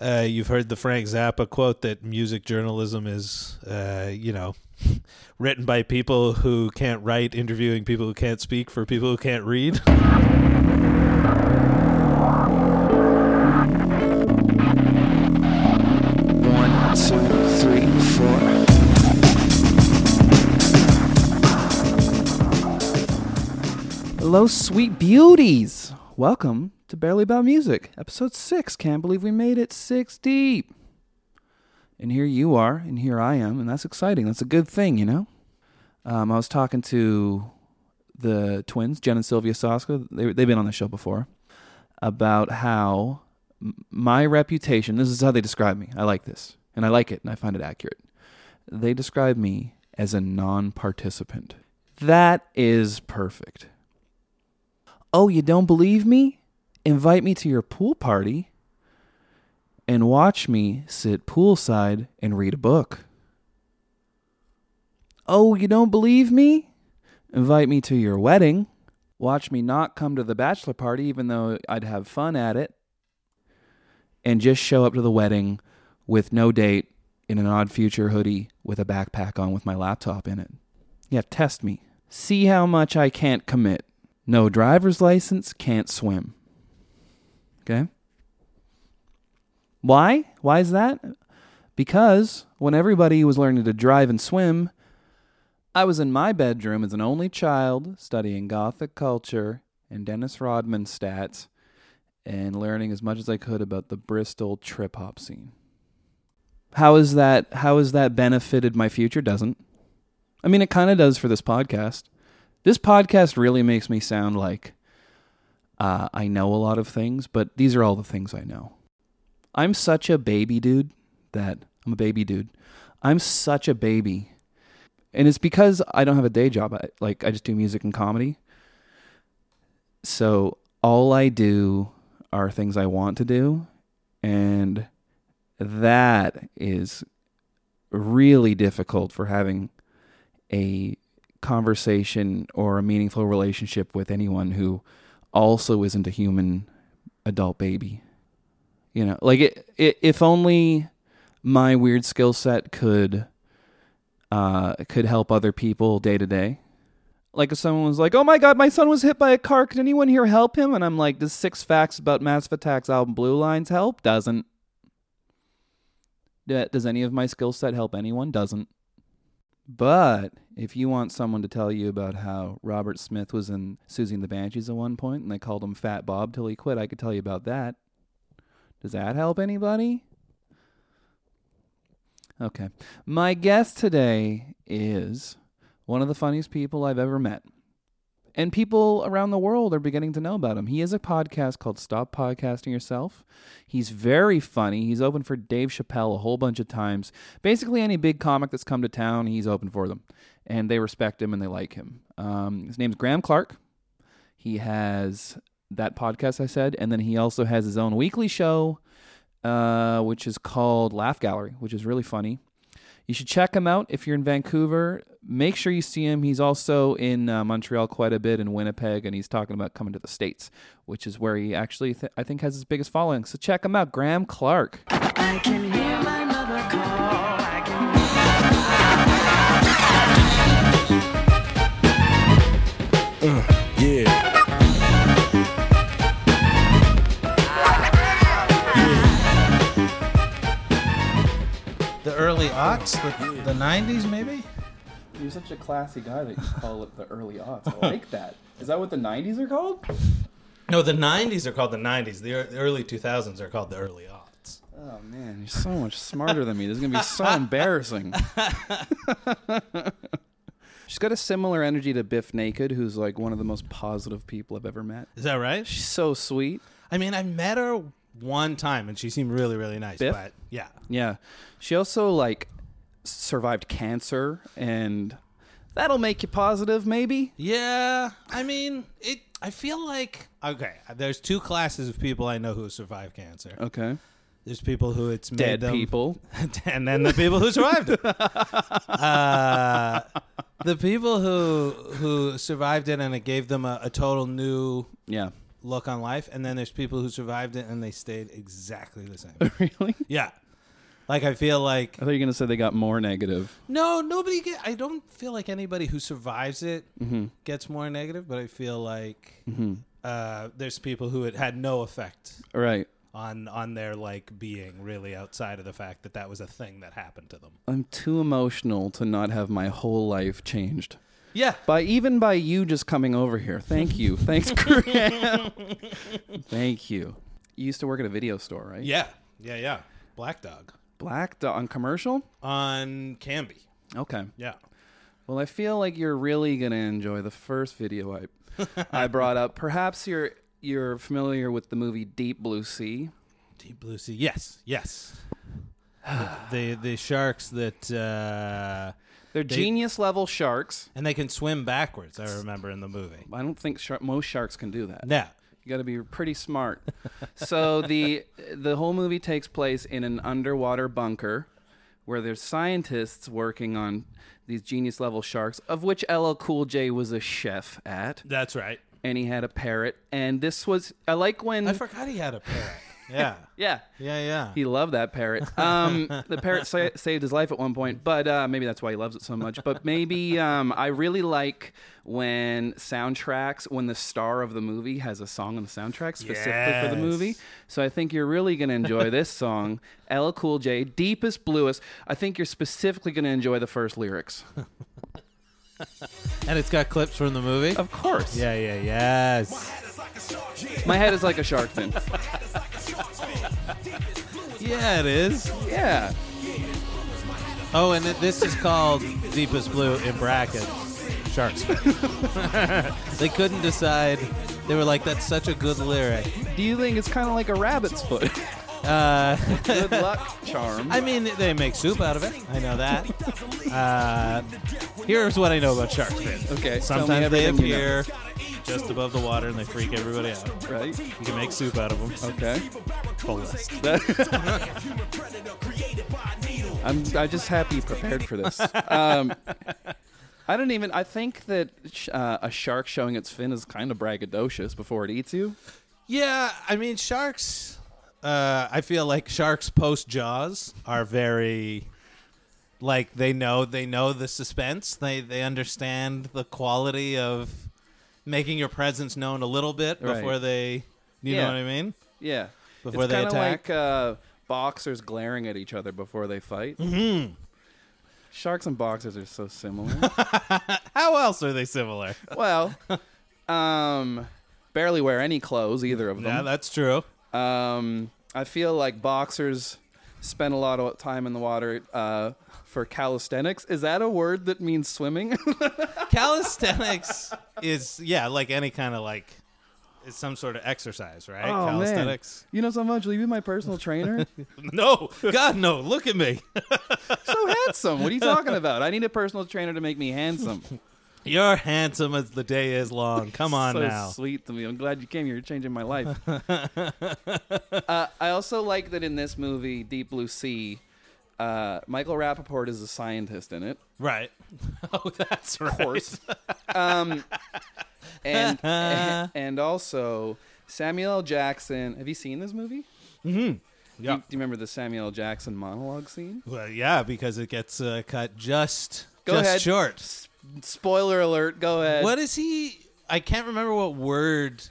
Uh, you've heard the Frank Zappa quote that music journalism is, uh, you know, written by people who can't write, interviewing people who can't speak for people who can't read. One, two, three, four. Hello, sweet beauties. Welcome to Barely About Music, episode six. Can't believe we made it six deep. And here you are, and here I am, and that's exciting. That's a good thing, you know. Um, I was talking to the twins, Jen and Sylvia Saska. They, they've been on the show before about how m- my reputation. This is how they describe me. I like this, and I like it, and I find it accurate. They describe me as a non-participant. That is perfect. Oh, you don't believe me? Invite me to your pool party and watch me sit poolside and read a book. Oh, you don't believe me? Invite me to your wedding. Watch me not come to the bachelor party, even though I'd have fun at it. And just show up to the wedding with no date in an odd future hoodie with a backpack on with my laptop in it. Yeah, test me. See how much I can't commit. No driver's license, can't swim. Okay? Why? Why is that? Because when everybody was learning to drive and swim, I was in my bedroom as an only child studying Gothic culture and Dennis Rodman stats and learning as much as I could about the Bristol trip hop scene. How is that how has that benefited my future? Doesn't. I mean it kinda does for this podcast this podcast really makes me sound like uh, I know a lot of things, but these are all the things I know. I'm such a baby dude that I'm a baby dude. I'm such a baby. And it's because I don't have a day job. I, like, I just do music and comedy. So all I do are things I want to do. And that is really difficult for having a conversation or a meaningful relationship with anyone who also isn't a human adult baby. You know, like it, it, if only my weird skill set could uh, could help other people day to day. Like if someone was like, "Oh my God, my son was hit by a car. Can anyone here help him?" and I'm like, "Does six facts about Massive Attack's album Blue Lines help? Doesn't. Do- Does any of my skill set help anyone? Doesn't." But if you want someone to tell you about how Robert Smith was in Susie and the Banshees at one point and they called him Fat Bob till he quit, I could tell you about that. Does that help anybody? Okay. My guest today is one of the funniest people I've ever met. And people around the world are beginning to know about him. He has a podcast called Stop Podcasting Yourself. He's very funny. He's open for Dave Chappelle a whole bunch of times. Basically, any big comic that's come to town, he's open for them. And they respect him and they like him. Um, his name's Graham Clark. He has that podcast I said, and then he also has his own weekly show, uh, which is called Laugh Gallery, which is really funny. You should check him out if you're in Vancouver. Make sure you see him. He's also in uh, Montreal quite a bit, in Winnipeg, and he's talking about coming to the states, which is where he actually th- I think has his biggest following. So check him out, Graham Clark. I can hear my mother call. I can Yeah. Yeah. The early aughts, the, the 90s maybe? You're such a classy guy that you call it the early aughts. I like that. Is that what the '90s are called? No, the 90s are called the 90s. The ear- the early 2000s are called the early aughts. Oh man, you're so much smarter than me. This is gonna be so embarrassing. She's got a similar energy to Biff Naked, who's like one of the most positive people I've ever met. Is that right? She's so sweet. I mean, I met her one time and she seemed really, really nice. Biff? But yeah. Yeah. She also like survived cancer and that'll make you positive maybe. Yeah, I mean, it. I feel like okay. There's two classes of people I know who survive cancer. Okay. There's people who it's made Dead them- people. and then the people who survived it. Uh, the people who who survived it and it gave them a, a total new Yeah. look on life, and then there's people who survived it and they stayed exactly the same. really? yeah, like I feel like I thought you were gonna say they got more negative. no, nobody get. I don't feel like anybody who survives it Mm-hmm. gets more negative, but I feel like uh, there's people who it had no effect All right. on on their like being really outside of the fact that that was a thing that happened to them. I'm too emotional to not have my whole life changed. Yeah, By even by you just coming over here. Thank you. Thanks, Graham. Thank you. You used to work at a video store, right? yeah, yeah, yeah. Black Dog Black Dog on commercial? on Canby. Okay. Yeah. Well, I feel like you're really gonna enjoy the first video I I brought up. Perhaps you're you're familiar with the movie Deep Blue Sea. Deep Blue Sea. Yes, yes. the, the the sharks that uh, They're genius level sharks. and they can swim backwards. I remember in the movie. I don't think shar most sharks can do that. Yeah, You got to be pretty smart. so the the whole movie takes place in an underwater bunker where there's scientists working on these genius level sharks, of which LL Cool J was a chef at, that's right. and he had a parrot. And this was I like when I forgot he had a parrot. Yeah, yeah. yeah, yeah. He loved that parrot. Um, the parrot sa- saved his life at one point, but uh, maybe that's why he loves it so much. But maybe um, I really like when soundtracks, when the star of the movie has a song on the soundtrack specifically for Yes. the movie. So I think you're really going to enjoy this song, LL Cool J, Deepest Bluest. I think you're specifically going to enjoy the first lyrics. and it's got clips from the movie. Of course. Yeah, yeah, yes, My head is like a shark fin. yeah. It is. Yeah. Oh, and it, this is called Deepest Blue in brackets. Sharks. they couldn't decide. They were like, "That's such a good lyric." Do you think it's kind of like a rabbit's foot? Uh, Good luck, charm. I mean, they make soup out of it. I know that. Uh, here's what I know about sharks. fin. Okay. tell me Sometimes they everything you know. appear just above the water and they freak everybody out. Right. You can make soup out of them. Okay. Full list. I'm I just happy you prepared for this. Um, I don't even. I think that sh- uh, a shark showing its fin is kind of braggadocious before it eats you. Yeah, I mean, sharks. Uh, I feel like sharks post Jaws are very, like they know they know the suspense. They they understand the quality of making your presence known a little bit Right. before they. You Yeah. know what I mean? Yeah. Before it's they kinda attack? like uh, boxers glaring at each other before they fight. Mm-hmm. Sharks and boxers are so similar. How else are they similar? well, um, barely wear any clothes either of yeah, them. that's true. Um, I feel like boxers spend a lot of time in the water uh, for calisthenics. Is that a word that means swimming? Calisthenics is yeah, like any kind of like, it's some sort of exercise, right? Oh, man. Calisthenics. You know so much. Will you be my personal trainer? No, God, no! Look at me. so handsome. What are you talking about? I need a personal trainer to make me handsome. You're handsome as the day is long. Come on so now. sweet to me. I'm glad you came here. You're changing my life. uh, I also like that in this movie, Deep Blue Sea, uh, Michael Rappaport is a scientist in it. Right. Oh, that's right. course. um, and and also Samuel L. Jackson. Have you seen this movie? Do, you, Mm-hmm. Yeah. do you remember the Samuel L. Jackson monologue scene? Well, yeah, because it gets uh, cut just Go just ahead. short. Spoiler alert. Go ahead. What is he? I can't remember what word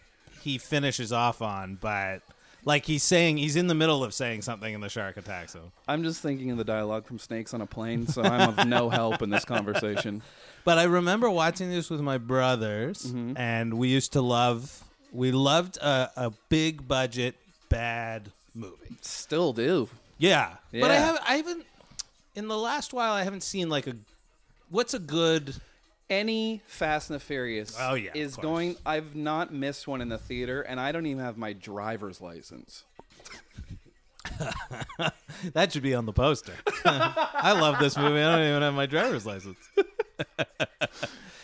he finishes off on, but like he's saying, he's in the middle of saying something, and the shark attacks him. I'm just thinking of the dialogue from Snakes on a Plane, so I'm of no help in this conversation. But I remember watching this with my brothers, Mm-hmm. and we used to love. We loved a, a big budget bad movie. Still do. Yeah. But I Yeah. have I haven't in the last while I haven't seen like a what's a good Any Fast and the Furious Oh, yeah, of is course. going. I've not missed one in the theater, and I don't even have my driver's license. that should be on the poster. I love this movie. I don't even have my driver's license.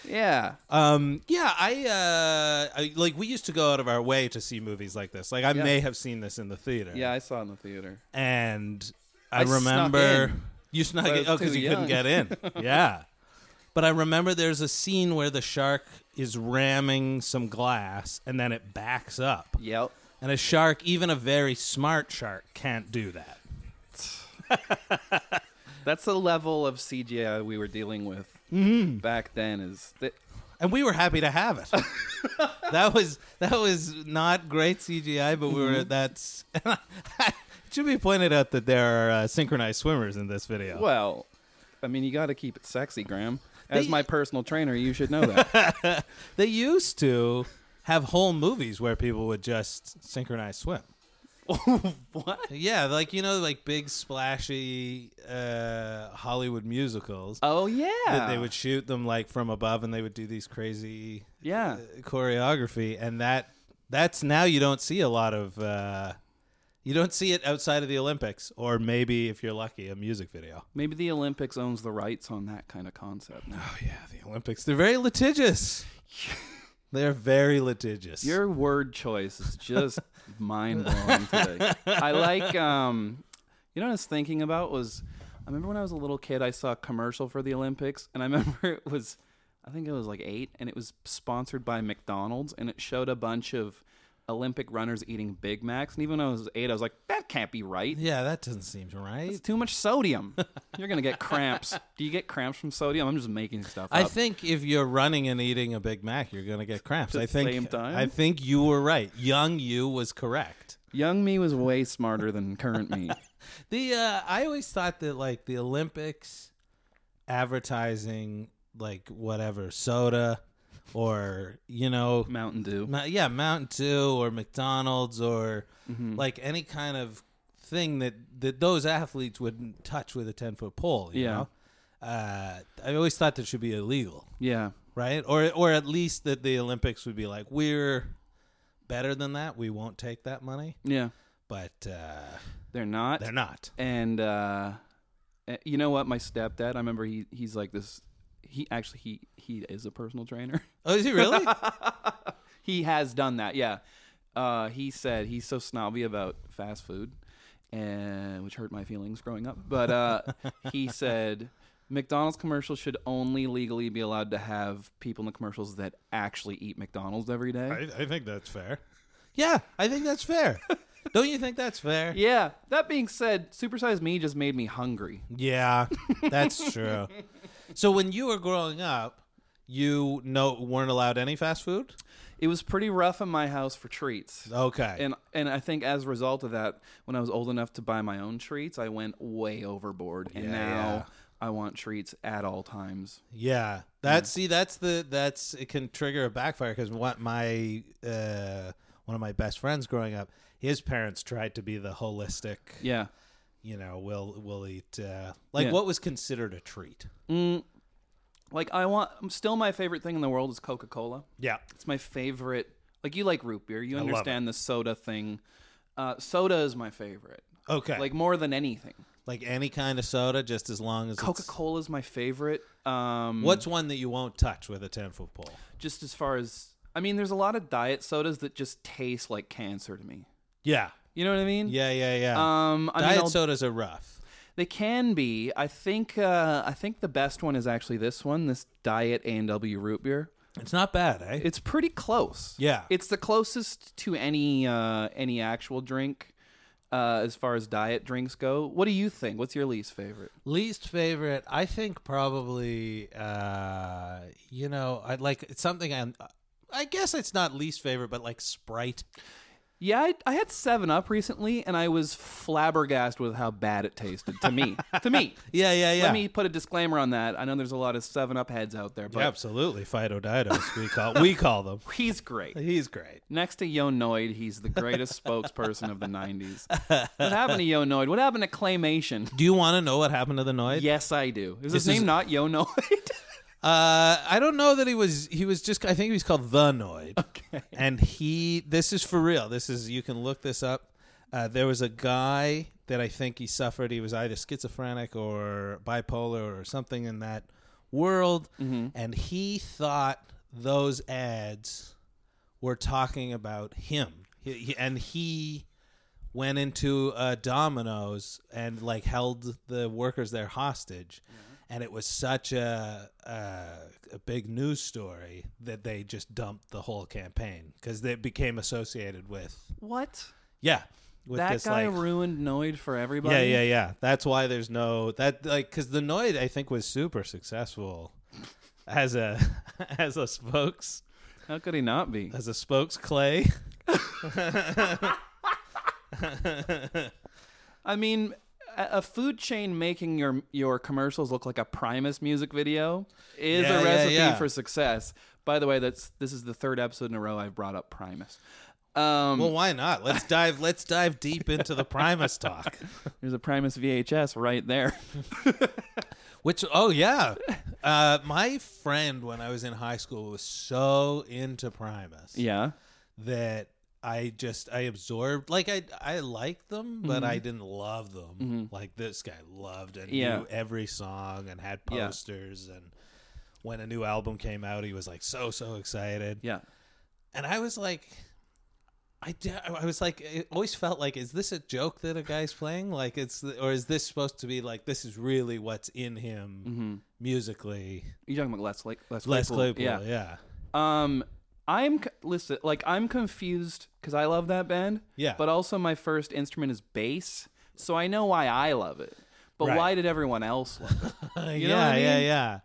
Yeah. Um yeah, I uh I, like we used to go out of our way to see movies like this. Like I may have seen this in the theater. yeah, I saw it in the theater. And I I snuck remember in. you snuck But I in was oh cuz too you couldn't young. get in. yeah. But I remember there's a scene where the shark is ramming some glass and then it backs up. Yep. And a shark, even a very smart shark, can't do that. That's the level of CGI we were dealing with Mm-hmm. back then. Is that And we were happy to have it. that was that was not great CGI, but we Mm-hmm. were that's. it should be pointed out that there are uh, synchronized swimmers in this video. well? I mean, you got to keep it sexy, Graham. As my personal trainer, you should know that. They used to have whole movies where people would just synchronize swim. what? Yeah, like you know, like big splashy uh, Hollywood musicals. Oh yeah. that they would shoot them like from above, and they would do these crazy Yeah. choreography, and that that's now you don't see a lot of. Uh, you don't see it outside of the Olympics, or maybe if you're lucky, a music video. Maybe the Olympics owns the rights on that kind of concept. now. Oh yeah, the Olympics—they're very litigious. They're very litigious. Your word choice is just mind blowing today. I like um you know what I was thinking about was I remember when I was a little kid I saw a commercial for the Olympics and I remember it was I think it was like eight and it was sponsored by McDonald's and it showed a bunch of Olympic runners eating Big Macs and even when I was eight I was like, That can't be right. yeah, that doesn't seem right. It's too much sodium. You're gonna get cramps. Do you get cramps from sodium? I'm just making stuff I up. think if you're running and eating a Big Mac, you're gonna get cramps. I the think same time? I think you were right. Young you was correct. Young me was way smarter than current me. The uh, I always thought that like the Olympics advertising like whatever soda or you know Mountain Dew. Ma- yeah Mountain Dew or McDonald's or like any kind of thing that that those athletes wouldn't touch with a ten foot pole. You Yeah. know? uh, I always thought that should be illegal. Yeah. right? Or or at least that the Olympics would be like, we're better than that. We won't take that money, Yeah. but uh, They're not. they're not. and uh, eh, you know what? My stepdad. I remember he he's like this. He actually he he is a personal trainer. Oh, is he really? he has done that. Yeah. Uh, he said he's so snobby about fast food, and which hurt my feelings growing up. But uh, he said McDonald's commercials should only legally be allowed to have people in the commercials that actually eat McDonald's every day. I think that's fair. Yeah, I think that's fair. Don't you think that's fair? Yeah. That being said, Supersize Me just made me hungry. Yeah, that's true. So when you were growing up, you no weren't allowed any fast food. It was pretty rough in my house for treats. Okay. and and I think as a result of that, when I was old enough to buy my own treats, I went way overboard, and Yeah, now yeah. I want treats at all times. Yeah, that's see, that's the that's it can trigger a backfire because what my uh, one of my best friends growing up, his parents tried to be the holistic, Yeah, you know, we'll we'll eat uh, like Yeah. what was considered a treat. like I want. Still, my favorite thing in the world is Coca Cola. Yeah, It's my favorite. Like you like root beer, you love understand the soda thing. Uh, soda is my favorite. okay, Like like more than anything, like any kind of soda, just as long as it's- Coca Cola is my favorite. Um, What's one that you won't touch with a ten foot pole? just as far as I mean, there's a lot of diet sodas that just taste like cancer to me. Yeah, You know what I mean? yeah, yeah, yeah. Um, I mean, Diet I'll- sodas are rough. They can be. I think. Uh, I think the best one is actually this one. This Diet A and W root beer. It's not bad, eh? It's pretty close. Yeah. It's the closest to any uh, any actual drink uh, as far as diet drinks go. What do you think? What's your least favorite? Least favorite, I think probably, uh, you know, I like it's something I'm. I guess it's not least favorite, but like Sprite. Yeah, I, I had Seven Up recently, and I was flabbergasted with how bad it tasted to me. to me. Yeah, yeah, yeah. Let me put a disclaimer on that. I know there's a lot of Seven Up heads out there, but absolutely. Fido Didos, we call we call them. he's great. He's great. Next to Yo Noid, he's the greatest spokesperson of the 90s. What happened to Yo Noid? What happened to Claymation? Do you want to know what happened to the Noid? Yes, I do. Is his This is- name not Yo Noid? Uh, I don't know that he was. He was just. I think he was called the Noid. Okay. And he. This is for real. This is. You can look this up. Uh, there was a guy that I think he suffered. He was either schizophrenic or bipolar or something in that world. And he thought those ads were talking about him. He, he- and he went into uh, Domino's and like held the workers there hostage. and it was such a a, a big news story that they just dumped the whole campaign because it became associated with What? yeah with that this guy like ruined Noid for everybody. yeah yeah yeah that's why there's no that like because the Noid I think was super successful as a as a spokes How could he not be? as a spokes clay I mean, a a food chain making your your commercials look like a Primus music video is Yeah, a yeah, recipe yeah. for success. By the way, that's this is the third episode in a row I've brought up Primus. Um, well why not let's dive let's dive deep into the Primus talk there's a Primus VHS right there. Which oh yeah, uh, my friend when I was in high school was so into Primus yeah, that I just I absorbed like I I liked them but Mm-hmm. I didn't love them like this guy loved and Yeah. knew every song and had Yeah. posters and when a new album came out he was like so so excited yeah. and I was like, I, d- I was like, it always felt like, is this a joke that a guy's playing? Like, it's, or is this supposed to be like, this is really what's in him musically? You talking about Les like Les Les Mm-hmm. Claypool? Claypool, yeah. yeah. Um, I'm c- listen like I'm confused because I love that band. Yeah. But also my first instrument is bass, so I know why I love it. But Right. why did everyone else love it? Uh, yeah, know what I yeah, mean? yeah.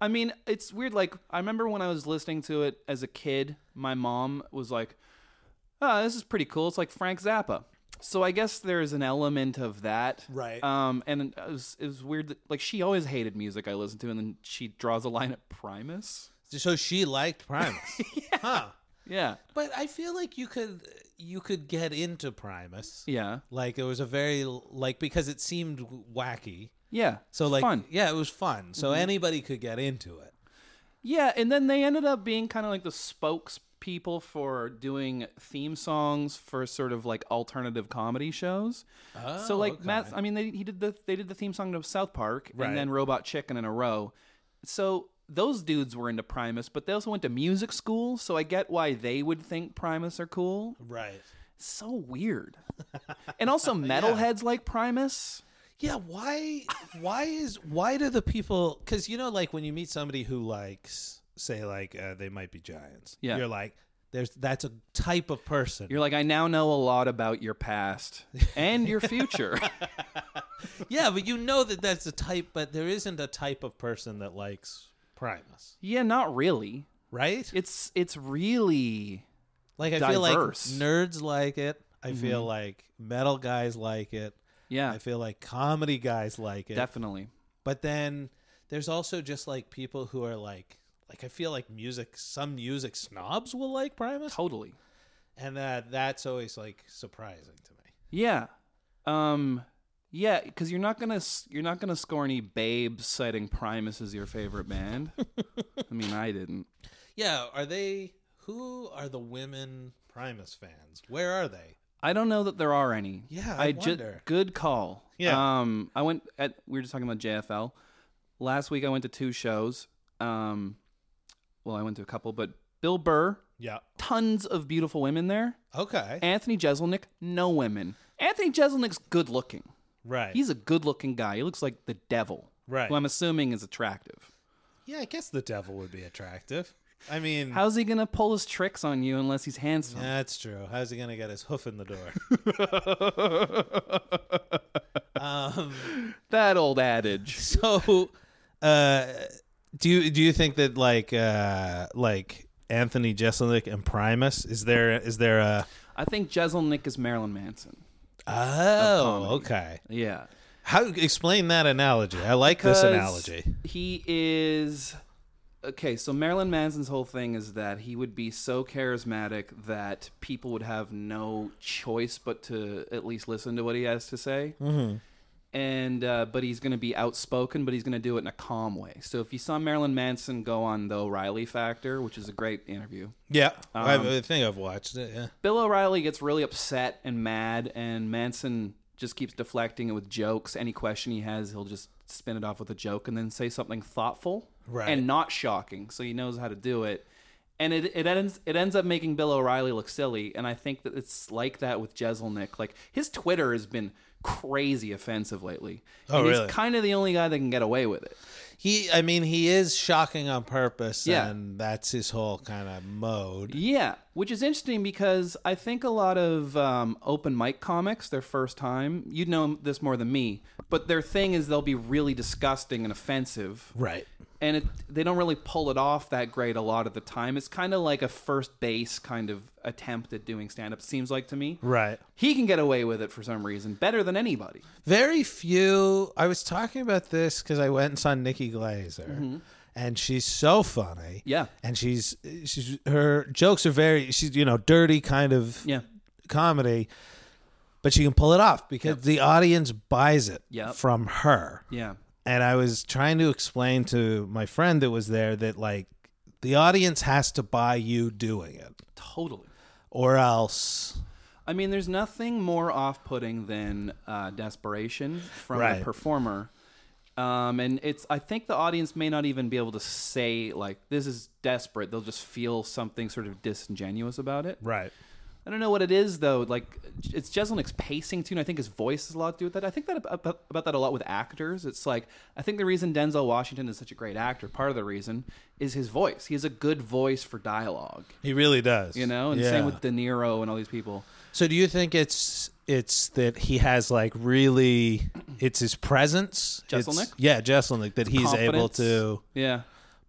I mean, it's weird. Like I remember when I was listening to it as a kid, my mom was like, "Oh, this is pretty cool. It's like Frank Zappa." So I guess there's an element of that, Right. Um, and it was, it was weird that like she always hated music I listened to, and then she draws a line at Primus. So she liked Primus, huh? Yeah, But I feel like you could, you could get into Primus. yeah, Like it was a very like because it seemed wacky. yeah. So like, fun. Mm-hmm. yeah, it was fun. So anybody could get into it. Yeah, and then they ended up being kind of like the spokespeople for doing theme songs for sort of like alternative comedy shows. so like Matt, I mean, they he did the they did the theme song to South Park Right. and then Robot Chicken in a row. So those dudes were into Primus, but they also went to music school. So I get why they would think Primus are cool. Right. So weird, and also metalheads like Primus. Yeah, why why is why do the people cuz you know like when you meet somebody who likes say like uh, they might be giants. Yeah. You're like there's that's a type of person. You're like, I now know a lot about your past and your future. yeah, but you know that that's a type but there isn't a type of person that likes Primus, yeah, not really. right? It's it's really like I feel like diverse. Mm-hmm. nerds like it. I feel like metal guys like it. yeah, I feel like comedy guys like it. definitely. But then there's also just like people who are like like I feel like music some music snobs will like Primus. Totally. and that that's always like surprising to me. Yeah. Um yeah, cuz you're not going to you're not going to score any babes citing Primus as your favorite band. I mean, I didn't. Yeah, are they? Who are the women Primus fans? Where are they? I don't know that there are any. Yeah, I ju- wonder. good call. Yeah. Um, I went at we were just talking about JFL last week. I went to two shows. Um, well, I went to a couple, but Bill Burr, Yeah. tons of beautiful women there. Okay. Anthony Jeselnik, no women. Anthony Jeselnik's good looking. right. He's a good looking guy. He looks like the devil. Right. Who I'm assuming is attractive. yeah, I guess the devil would be attractive. I mean, How's he going to pull his tricks on you unless he's handsome? that's true. How's he gonna get his hoof in the door? um, That old adage. so, uh, do you do you think that like uh, like Anthony Jeselnik and Primus is there is there a I think Jeselnik is Marilyn Manson. oh okay Yeah. How explain that analogy? I like this 'Cause analogy. He is. Okay, so Marilyn Manson's whole thing is that he would be so charismatic that people would have no choice but to at least listen to what he has to say. Mm-hmm. and uh, but he's going to be outspoken, but he's going to do it in a calm way. So if you saw Marilyn Manson go on the O'Reilly Factor, which is a great interview, Yeah, I, Um, I think I've watched it. Yeah, Bill O'Reilly gets really upset and mad, and Manson just keeps deflecting it with jokes. Any question he has, he'll just spin it off with a joke and then say something thoughtful Right. and not shocking, so he knows how to do it. and it, it ends it ends up making Bill O'Reilly look silly, and I think that it's like that with Jezelnik. Like his Twitter has been crazy offensive lately. Oh, and really? He's kind of the only guy that can get away with it. He, I mean, he is shocking on purpose, Yeah. and that's his whole kind of mode. Yeah, which is interesting because I think a lot of um, open mic comics, their first time, you'd know this more than me, but their thing is they'll be really disgusting and offensive. Right. and it, they don't really pull it off that great a lot of the time. It's kind of like a first base kind of attempt at doing stand up, seems like to me. Right. He can get away with it for some reason better than anybody. Very few. I was talking about this because I went and saw Nikki Glazer, and she's so funny. Mm-hmm. Yeah. and she's she's her jokes are very she's you know dirty kind of Yeah. comedy, but she can pull it off because the audience buys it Yep. from her. Yeah. And I was trying to explain to my friend that was there that like the audience has to buy you doing it, Totally. or else I mean, there's nothing more off putting than uh, desperation from Right. a performer. Um, and it's, I think the audience may not even be able to say, like, this is desperate. They'll just feel something sort of disingenuous about it. Right. I don't know what it is though. Like it's Jeselnik's pacing too, and I think his voice has a lot to do with that. I think that ab- ab- about that a lot with actors. It's like I think the reason Denzel Washington is such a great actor, part of the reason is his voice. He has a good voice for dialogue, He really does. you know. And Yeah. same with De Niro and all these people. So do you think it's it's that he has like really it's his presence, It's- Jeselnik? yeah, Jeselnik, that he's able Confidence. to Yeah,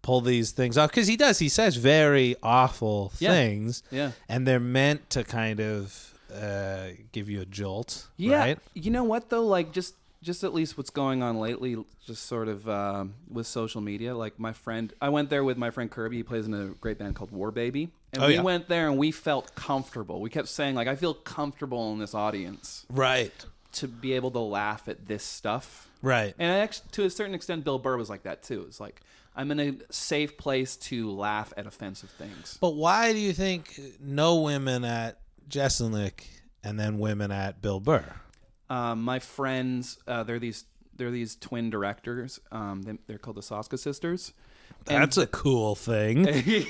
pull these things off because he does. He says very awful Yeah. things, Yeah. and they're meant to kind of uh, give you a jolt, yeah. right? You know what though? Like just just at least what's going on lately, just sort of um, with social media. Like my friend, I went there with my friend Kirby. He plays in a great band called War Baby, and Oh, we yeah. went there and we felt comfortable. We kept saying like, I feel comfortable in this audience Right, to be able to laugh at this stuff. right. And I actually, to a certain extent, Bill Burr was like that too. It's like I'm in a safe place to laugh at offensive things. but why do you think no women at Jeselnik and then women at Bill Burr? um, my friends uh, they're these they're these twin directors um, they, they're called the Soska sisters And- That's a cool thing.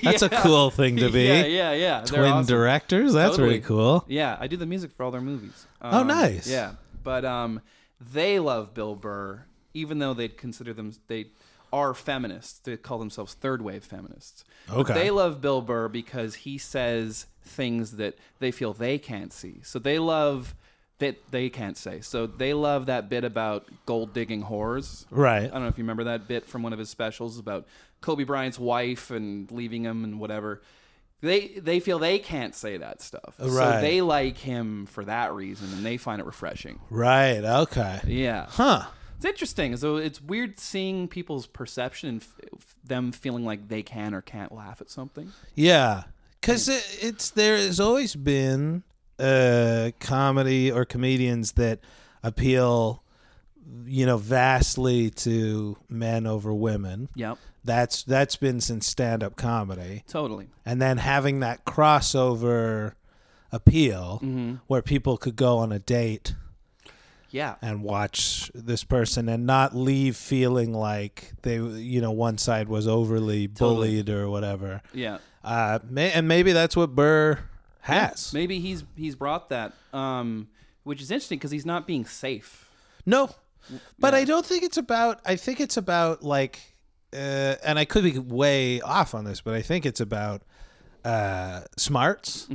That's a Yeah. cool thing to be. yeah yeah yeah They're Twin awesome. directors. That's Totally. really cool. yeah i do the music for all their movies Oh, Um, nice. yeah but um, they love bill burr even though they'd consider them they are feminists they call themselves third wave feminists But Okay. they love bill burr because he says things that they feel they can't see so they love that they can't say so they love that bit about gold digging whores Right. I don't know if you remember that bit from one of his specials about Kobe Bryant's wife and leaving him and whatever. They they feel they can't say that stuff, so Right. they like him for that reason, and they find it refreshing. Right. Okay. Yeah, Huh. it's interesting. So it's weird seeing people's perception and f- f- them feeling like they can or can't laugh at something. Yeah. Because it, it's there has always been uh, comedy or comedians that appeal, you know, vastly to men over women. Yep, That's that's been since stand up comedy, totally. and then having that crossover appeal where people could go on a date Yeah, and watch this person and not leave feeling like they you know one side was overly Totally. bullied or whatever yeah. uh, may, and maybe that's what Burr has. Maybe he's he's brought that, um, which is interesting because he's not being safe. No, but I don't think it's about. I think it's about like, uh, and I could be way off on this, but I think it's about uh, smarts.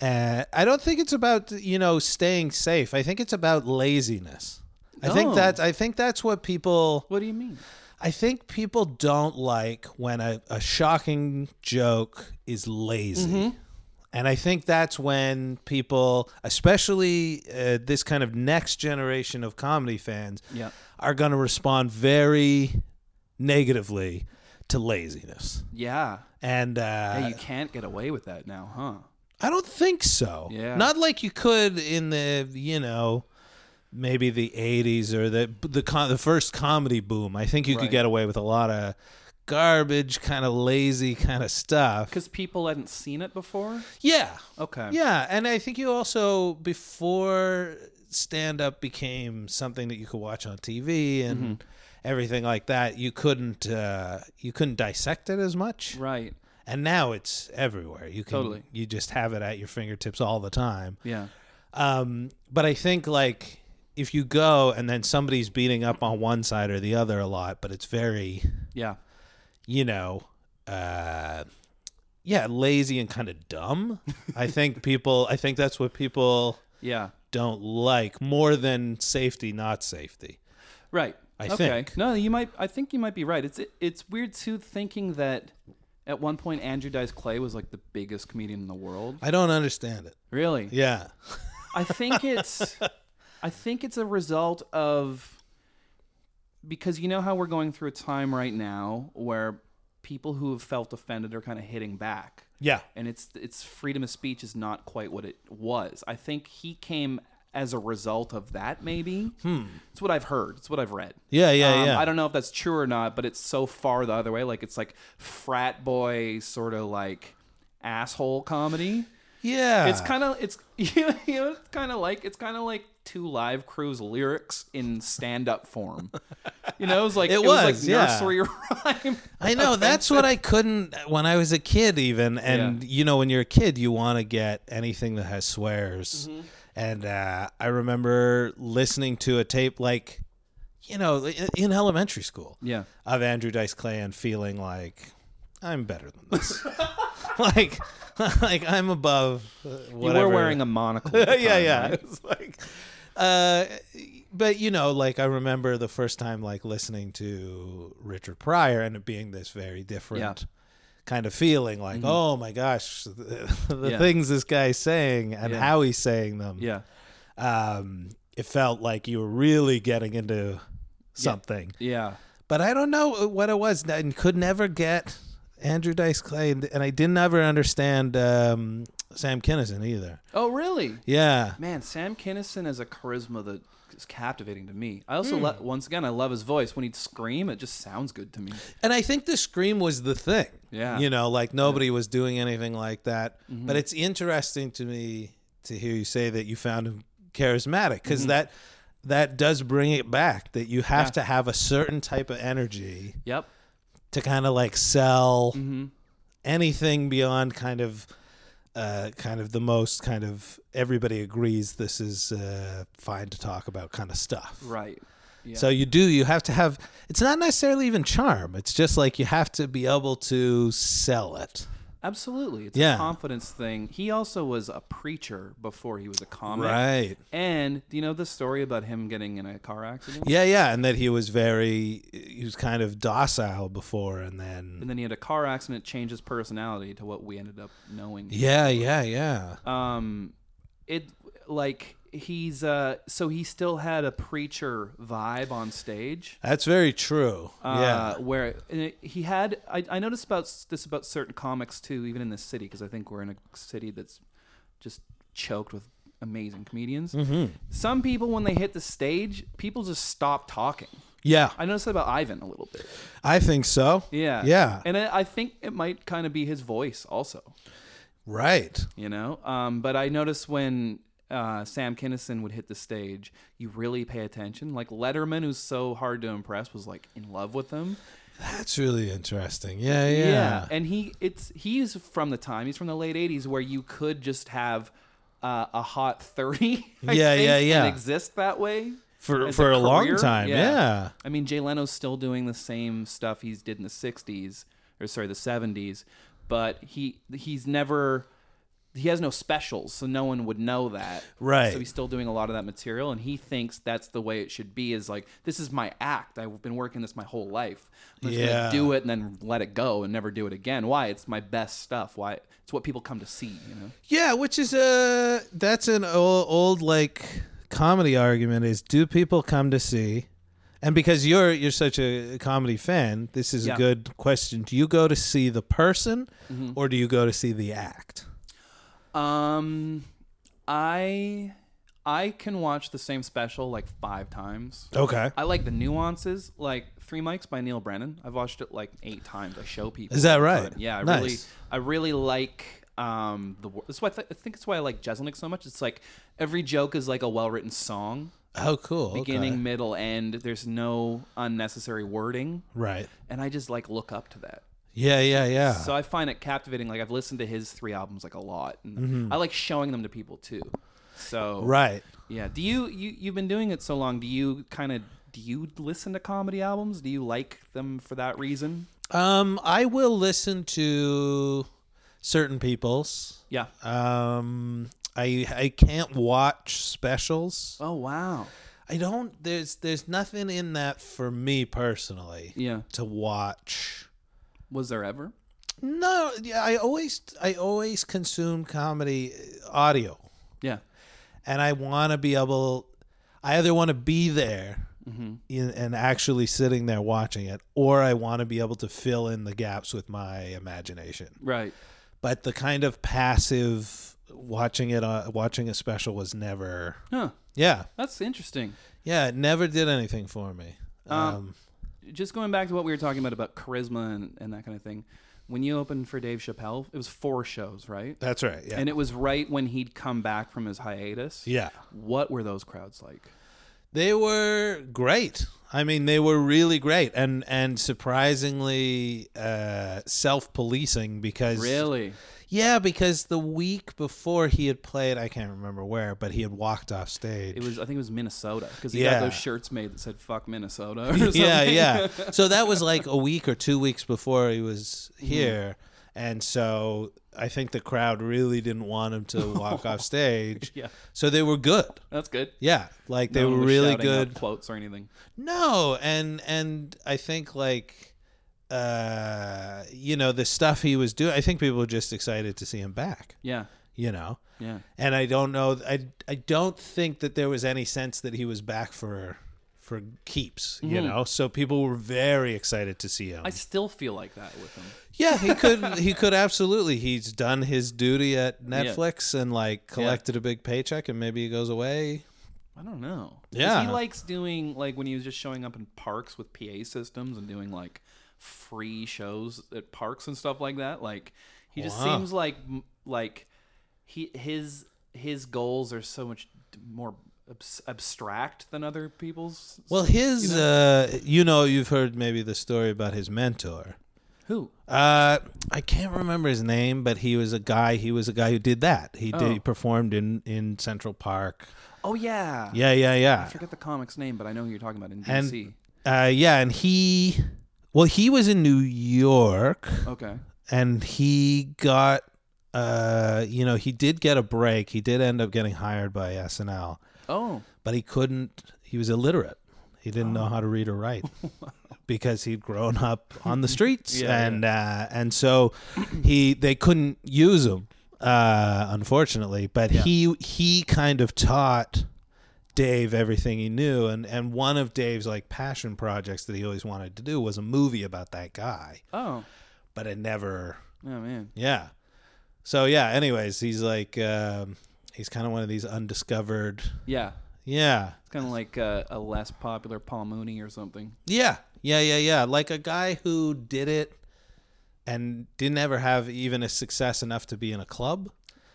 Uh, I don't think it's about you know staying safe. I think it's about laziness. I No. think that's. I think that's what people. What do you mean? I think people don't like when a, a shocking joke is lazy. Mm-hmm. And I think that's when people, especially uh, this kind of next generation of comedy fans, Yeah. are going to respond very negatively to laziness. Yeah, And uh, yeah. You can't get away with that now, huh? I don't think so. Yeah. Not like you could in the you know maybe the '80s or the the con- the first comedy boom. I think you Right. could get away with a lot of garbage, kind of lazy, kind of stuff. Because people hadn't seen it before. Yeah, Okay. yeah, and I think you also before stand up became something that you could watch on TV and. Mm-hmm. Everything like that, you couldn't uh, you couldn't dissect it as much, Right. and now it's everywhere. You can Totally. you just have it at your fingertips all the time. Yeah. Um, but I think like if you go and then somebody's beating up on one side or the other a lot, but it's very Yeah. you know, uh, yeah, lazy and kind of dumb. I think people. I think that's what people Yeah. don't like more than safety, not safety. Right. I okay. think. No, you might. I think you might be right. It's it's weird too thinking that at one point Andrew Dice Clay was like the biggest comedian in the world. I don't understand it. Really? Yeah, I think it's I think it's a result of because you know how we're going through a time right now where people who have felt offended are kind of hitting back. yeah, And it's it's freedom of speech is not quite what it was. I think he came as a result of that maybe. Hmm. It's what I've heard. It's what I've read. yeah, yeah, Um, yeah. I don't know if that's true or not, but it's so far the other way. Like it's like frat boy sort of like asshole comedy. yeah, It's kind of it's you know, it's kind of like it's kind of like two live crews lyrics in stand up form. You know, it was like It it, was, like yeah. nursery rhyme. I know that's what I couldn't when I was a kid, even. And Yeah. you know, when you're a kid, you want to get anything that has swears. Mm-hmm. And uh, I remember listening to a tape like, you know, i- in elementary school, Yeah. of Andrew Dice Clay and feeling like I'm better than this, like, like I'm above. uh, You Whatever. were wearing a monocle. at the yeah, time, yeah. right? It's like, uh, but you know, like I remember the first time like listening to Richard Pryor and it being this very different kind of feeling, like, oh my gosh, the, the Mm-hmm. Yeah. things this guy's saying and Yeah. how he's saying them. Yeah. Um, it felt like you were really getting into something, Yeah. but I don't know what it was, and could never get. Andrew Dice Clay and and I didn't ever understand um, Sam Kinison either. Oh, really? Yeah, Man, Sam Kinison has a charisma that is captivating to me. I also lo- once again I love his voice. When he'd scream, it just sounds good to me. And I think the scream was the thing. Yeah. Mm-hmm. You know, like nobody was doing anything like that. But it's interesting to me to hear you say that you found him charismatic because Mm-hmm. that that does bring it back that you have to have a certain type of energy Yep. to kind of like sell Mm-hmm. anything beyond kind of uh, kind of the most kind of everybody agrees this is uh, fine to talk about kind of stuff. Right. So you do, you have to have, it's not necessarily even charm. It's just like you have to be able to sell it. Absolutely. It's Yeah. a confidence thing. He also was a preacher before he was a comic. Right. And do you know the story about him getting in a car accident? Yeah, yeah. And that he was very, he was kind of docile before and then, And then he had a car accident, changed his personality to what we ended up knowing. yeah, yeah, yeah. Um, it like he's uh, so he still had a preacher vibe on stage. That's very true. Uh, yeah. where and it- he had, I, I noticed about s- this about certain comics too, even in this city, because I think we're in a city that's just choked with amazing comedians. Mm-hmm. Some people, when they hit the stage, people just stop talking. Yeah. I noticed that about Ivan a little bit. I think so. Yeah. Yeah. And I I think it might kind of be his voice also, right. you know? Um, but I noticed when uh, Sam Kinison would hit the stage, you really pay attention. Like Letterman, who's so hard to impress, was like in love with him. That's really interesting. Yeah, yeah. And he it's he's from the time, he's from the late 80s where you could just have uh, a hot 30. I Yeah, think, yeah, yeah. And exist that way. For, as for a, long career. time. yeah. I mean, Jay Leno's still doing the same stuff he's did in the '60s, or sorry, the '70s, but he he's never he has no specials, so no one would know that. Right. So he's still doing a lot of that material, and he thinks that's the way it should be. Is like this is my act. I've been working this my whole life. I'm just Yeah. gonna do it and then let it go and never do it again. Why? It's my best stuff. Why? It's what people come to see. You know. Yeah, which is a that's an old, old like comedy argument is do people come to see? And because you're you're such a comedy fan, this is Yeah. Mm-hmm. a good question. Do you go to see the person or do you go to see the act? Um, I I can watch the same special like five times. Okay. I like the nuances, like Three Mics by Neil Brennan. I've watched it like eight times. I show people. Is that all the right? time. Yeah, I Nice. really, I really like um the. wor- That's why I, th- I think it's why I like Jeselnik so much. It's like every joke is like a well-written song, Oh cool. okay. beginning, middle, end. There's no unnecessary wording, Right. and I just like look up to that. Yeah, yeah, yeah. So I find it captivating. Like I've listened to his three albums like a lot, and I like showing them to people too. So Mm-hmm. right. yeah. Do you you you've been doing it so long? Do you kind of do you listen to comedy albums? Do you like them for that reason? Um, I will listen to certain people's. Yeah. Um, I I can't watch specials. Oh wow. I don't. There's there's nothing in that for me personally. Yeah. To watch. Was there ever? No, yeah, I always I always consume comedy uh, audio, Yeah. and I want to be able. I either want to be there Mm-hmm. in, and actually sitting there watching it, or I want to be able to fill in the gaps with my imagination. Right. But the kind of passive watching it, uh, watching a special was never. Huh. Yeah, That's interesting. yeah, it never did anything for me. Um, Just going back to what we were talking about about charisma and, and that kind of thing. When you opened for Dave Chappelle, it was four shows, right? that's right. Yeah, And it was right when he'd come back from his hiatus. yeah. What were those crowds like? They were great. I mean, they were really great and and surprisingly uh, self policing because Really? yeah because the week before he had played I can't remember where but he had walked off stage. It was I think it was Minnesota because he Yeah. got those shirts made that said "fuck Minnesota." Or something. Mm-hmm. yeah yeah. So that was like a week or two weeks before he was here, and so I think the crowd really didn't want him to walk off stage. Yeah. So they were good. That's good. Yeah, like they No one were was really shouting out good. quotes or anything. No, and and I think like uh you know the stuff he was doing I think people were just excited to see him back, Yeah, you know. yeah. And I don't know I I don't think that there was any sense that he was back for for keeps, you know. So people were very excited to see him. I still feel like that with him. yeah, he could he could absolutely. He's done his duty at Netflix and like collected a big paycheck and maybe he goes away. I don't know. 'Cause Yeah. he likes doing like when he was just showing up in parks with PA systems and doing like free shows at parks and stuff like that. Like he just Wow. seems like like he his his goals are so much more abs- abstract than other people's. Well, his uh you know you've heard maybe the story about his mentor. Who? Uh, I can't remember his name, but he was a guy. He was a guy who did that. He did he performed in in Central Park. Oh yeah. Yeah, yeah, I yeah. forget the comic's name, but I know who you're talking about in And DC. uh, yeah, and he, well, he was in New York, okay. and he got, uh, you know, he did get a break. He did end up getting hired by SNL, Oh, but he couldn't. He was illiterate. He didn't know how to read or write because he'd grown up on the streets, Yeah, and Uh, and so he they couldn't use him, uh, unfortunately. But he he kind of taught Dave everything he knew, and and one of Dave's like passion projects that he always wanted to do was a movie about that guy, oh, but it never oh man. yeah. So yeah. Anyways, he's like um, he's kind of one of these undiscovered. Yeah, Yeah. it's kind of like a, a less popular Paul Mooney or something. Yeah, yeah, yeah, yeah. Like a guy who did it and didn't ever have even a success enough to be in a club.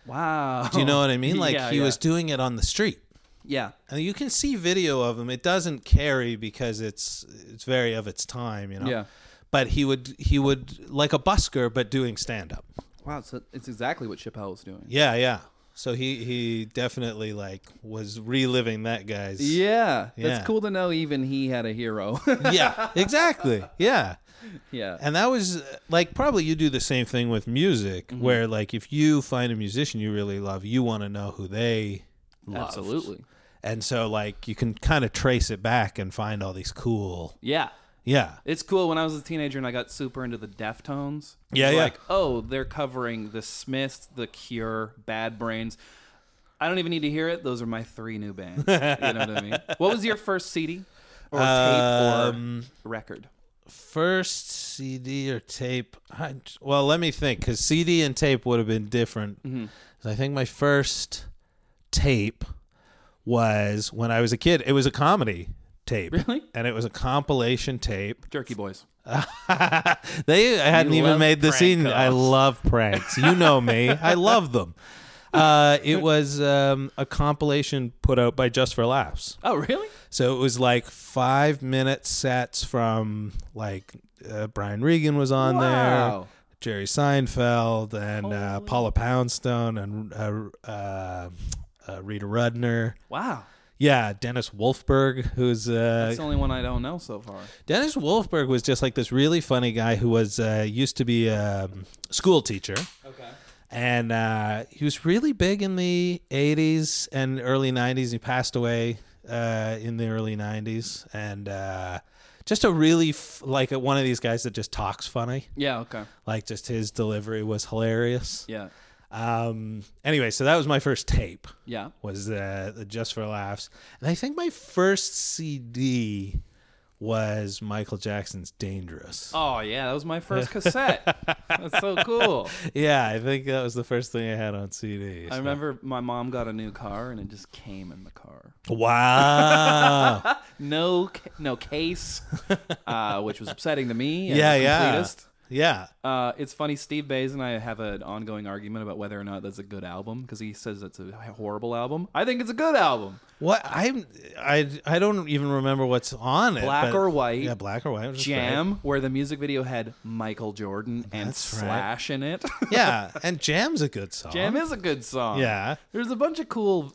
Wow. Do you know what I mean? Like Oh. yeah, he yeah. was doing it on the street. Yeah. And you can see video of him. It doesn't carry because it's it's very of its time, you know. Yeah. But he would he would like a busker but doing stand up. Wow. So it's exactly what Chappelle was doing. Yeah, yeah. So he he definitely like was reliving that guy's Yeah, Yeah. that's cool to know. Even he had a hero. Yeah, exactly. Yeah. yeah. And that was uh, like probably you do the same thing with music, where like if you find a musician you really love, you want to know who they love. Absolutely. And so like you can kind of trace it back and find all these cool. Yeah. Yeah. It's cool. When I was a teenager and I got super into the Deftones. it Yeah, was yeah. Like, oh, they're covering The Smiths, The Cure, Bad Brains. I don't even need to hear it. Those are my three new bands. you know what I mean? What was your first CD or Um, tape or record? First CD or tape? I, well, let me think cuz CD and tape would have been different. 'Cause I think my first tape was when I was a kid. It was a comedy tape. Really? And it was a compilation tape. Jerky Boys. they I hadn't You even love made the prank scene. I calls. love pranks. You know me. I love them. Uh, it was um, a compilation put out by Just for Laughs. Oh, really? So it was like five minute sets from like uh, Brian Regan was on Wow. there, Jerry Seinfeld, and uh, Paula Poundstone, and uh, uh, uh, Rita Rudner. Wow. Yeah, Dennis Wolfberg, who's uh, That's the only one I don't know so far. Dennis Wolfberg was just like this really funny guy who was uh, used to be a um, school teacher. Okay. And uh, he was really big in the 80s and early 90s. He passed away uh, in the early 90s. And uh, just a really, f- like, one of these guys that just talks funny. Yeah, okay. Like, just his delivery was hilarious. Yeah. Um, anyway, so that was my first tape Yeah. was uh, the Just for Laughs, and I think my first CD was Michael Jackson's Dangerous. Oh yeah, that was my first cassette. That's so cool. Yeah, I think that was the first thing I had on CD. I so- remember my mom got a new car and it just came in the car. Wow. No, ca- no case, uh, which was upsetting to me. as a yeah, yeah, completist. yeah. Uh, it's funny. Steve Bays and I have an ongoing argument about whether or not that's a good album because he says it's a horrible album. I think it's a good album. What I'm, I I don't even remember what's on it. Black but- or White, Yeah, black or white. which is Jam, where the music video had Michael Jordan and That's right. Slash in it. great. Yeah, and Jam's a good song. Jam is a good song. Yeah. there's a bunch of cool.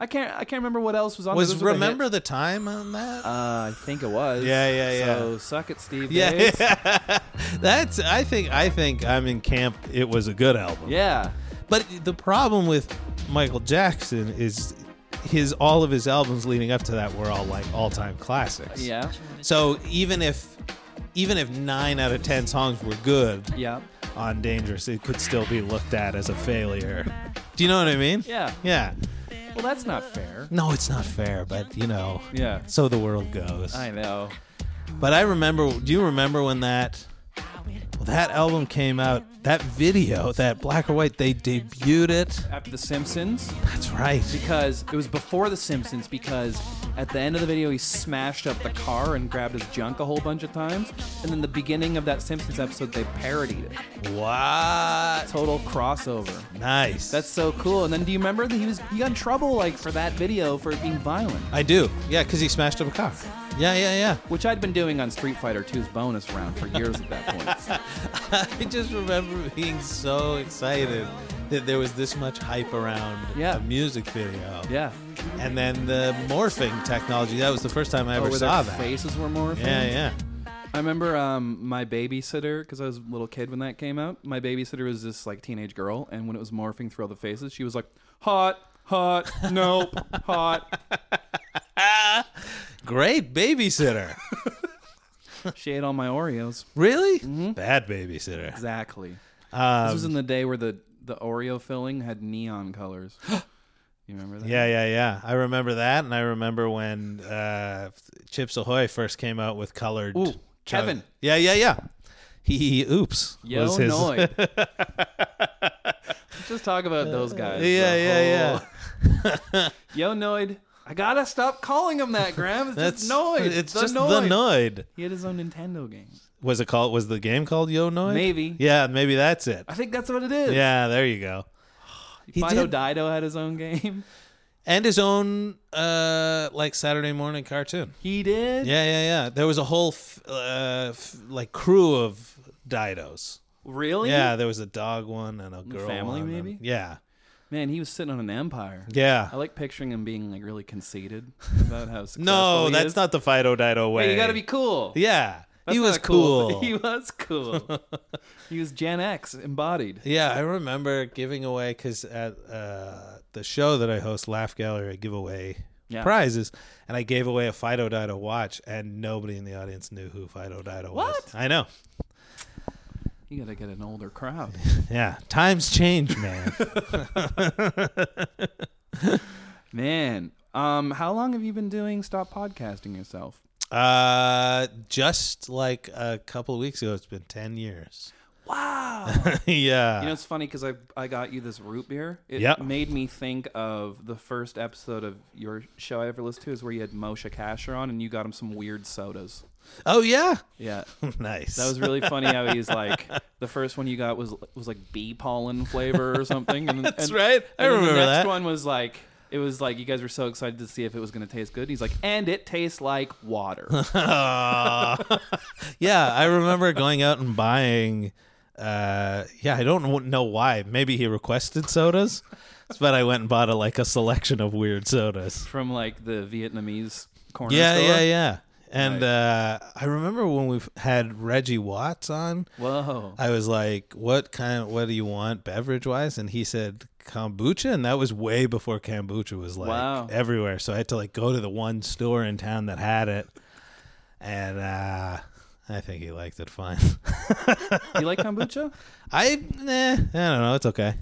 I can't. I can't remember what else was on. there. Was Those were the hits. remember the time on that? Uh, I think it was. Yeah, yeah, yeah. So suck it, Steve. Yeah, Bays. yeah. That's I think I think I'm in camp. It was a good album. But the problem with Michael Jackson is his all of his albums leading up to that were all like all-time classics. Yeah. So even if even if 9 out of 10 songs were good Yeah. on Dangerous, it could still be looked at as a failure. Do you know what I mean? Yeah. Yeah. Well, that's not fair. No, it's not fair, but you know, Yeah. so the world goes. I know. But I remember. Do you remember when that that album came out? That video, that black or white, they debuted it. After The Simpsons, That's right. because it was before The Simpsons, because at the end of the video, he smashed up the car and grabbed his junk a whole bunch of times. And then the beginning of that Simpsons episode, they parodied it. What? Total crossover. Nice. That's so cool. And then do you remember that he was he got in trouble like for that video for being violent, I do. Yeah, because he smashed up a car. Yeah, yeah, which I'd been doing on Street Fighter 2's bonus round for years at that point. yeah. I just remember being so excited that there was this much hype around Yeah. a music video. Yeah. And then the morphing technology. That was the first time I Oh, ever where saw their that. faces were morphing. Yeah, yeah. I remember um, my babysitter because I was a little kid when that came out. My babysitter was this like teenage girl, and when it was morphing through all the faces, she was like, "Hot, hot, nope, hot." Great babysitter. She ate all my Oreos. really? Mm-hmm. Bad babysitter. Exactly. this Um, was in the day where the the Oreo filling had neon colors. you remember that? Yeah, yeah, yeah. I remember that, and I remember when uh, Chips Ahoy first came out with colored. Ooh, chug- Kevin. Yeah, yeah, yeah. He, oops. Yo, was his- Noi. Let's just talk about those guys. Yeah, yeah, the yeah. whole- Yo, Noid. I gotta stop calling him that, Graham. It's That's just Noid. It's the just the Noid. Noid. He had his own Nintendo game. Was it called? Was the game called Yo Noid? Maybe. Yeah, maybe that's it. I think that's what it is. Yeah, there you go. He Fido did- Dido had his own game. And his own uh, like Saturday morning cartoon. He did. Yeah, yeah, yeah. There was a whole f- uh, f- like crew of Didos. Really? Yeah, there was a dog one and a girl family, one and- maybe? yeah, Man, he was sitting on an empire. yeah. I like picturing him being like really conceited about how successful No, he that's is. not the Fido Dido way. Hey, you gotta be cool. Yeah, That's he not was a cool. cool. thing. He was cool. he was Gen X embodied. yeah, I remember giving away because at uh, the show that I host, Laugh Gallery, I give away Yeah. prizes, and I gave away a Fido Dido watch, and nobody in the audience knew who Fido Dido was. What? I know. You gotta get an older crowd. Yeah, times change, man. Man, um, how long have you been doing stop podcasting yourself? uh, just like a couple of weeks ago, it's been ten years. Wow. yeah. You know, it's funny because I I got you this root beer. It Yep. made me think of the first episode of your show I ever listened to is where you had Moshe Kasher on and you got him some weird sodas. oh yeah. Yeah. nice. That was really funny how he's like the first one you got was was like bee pollen flavor or something. And, That's and- right. I and then remember the next that. one was like It was like you guys were so excited to see if it was going to taste good. And he's like, and it tastes like water. yeah, I remember going out and buying. Uh, yeah, I don't w- know why. Maybe he requested sodas, but I went and bought a, like a selection of weird sodas. from like the Vietnamese corner Yeah, store. yeah, yeah. And Right. uh, I remember when we've had Reggie Watts on. Whoa. I was like, "What kind? what do you want, beverage wise?" And he said kombucha, and that was way before kombucha was like Wow. everywhere. So I had to like go to the one store in town that had it, and uh, I think he liked it fine. you like kombucha? I, eh, I don't know. It's okay.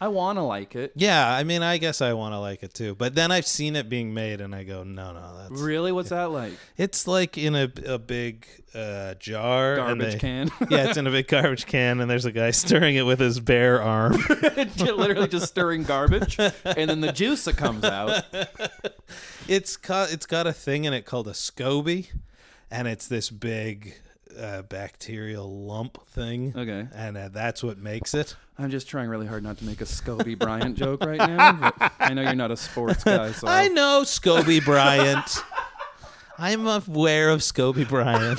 I want to like it. Yeah, I mean, I guess I want to like it too, but then I've seen it being made, and I go, "No, no, that's Really? What's that like? it's like in a a big uh, jar, and Garbage they- can. yeah, it's in a big garbage can, and there's a guy stirring it with his bare arm." Literally just stirring garbage, and then the juice that comes out. it's got it's got a thing in it called a SCOBY, and it's this big uh, bacterial lump thing. Okay. and uh, that's what makes it. I'm just trying really hard not to make a Scobie Bryant joke right now. But I know you're not a sports guy, so I I'll- know SCOBY Bryant. I'm aware of SCOBY Bryant.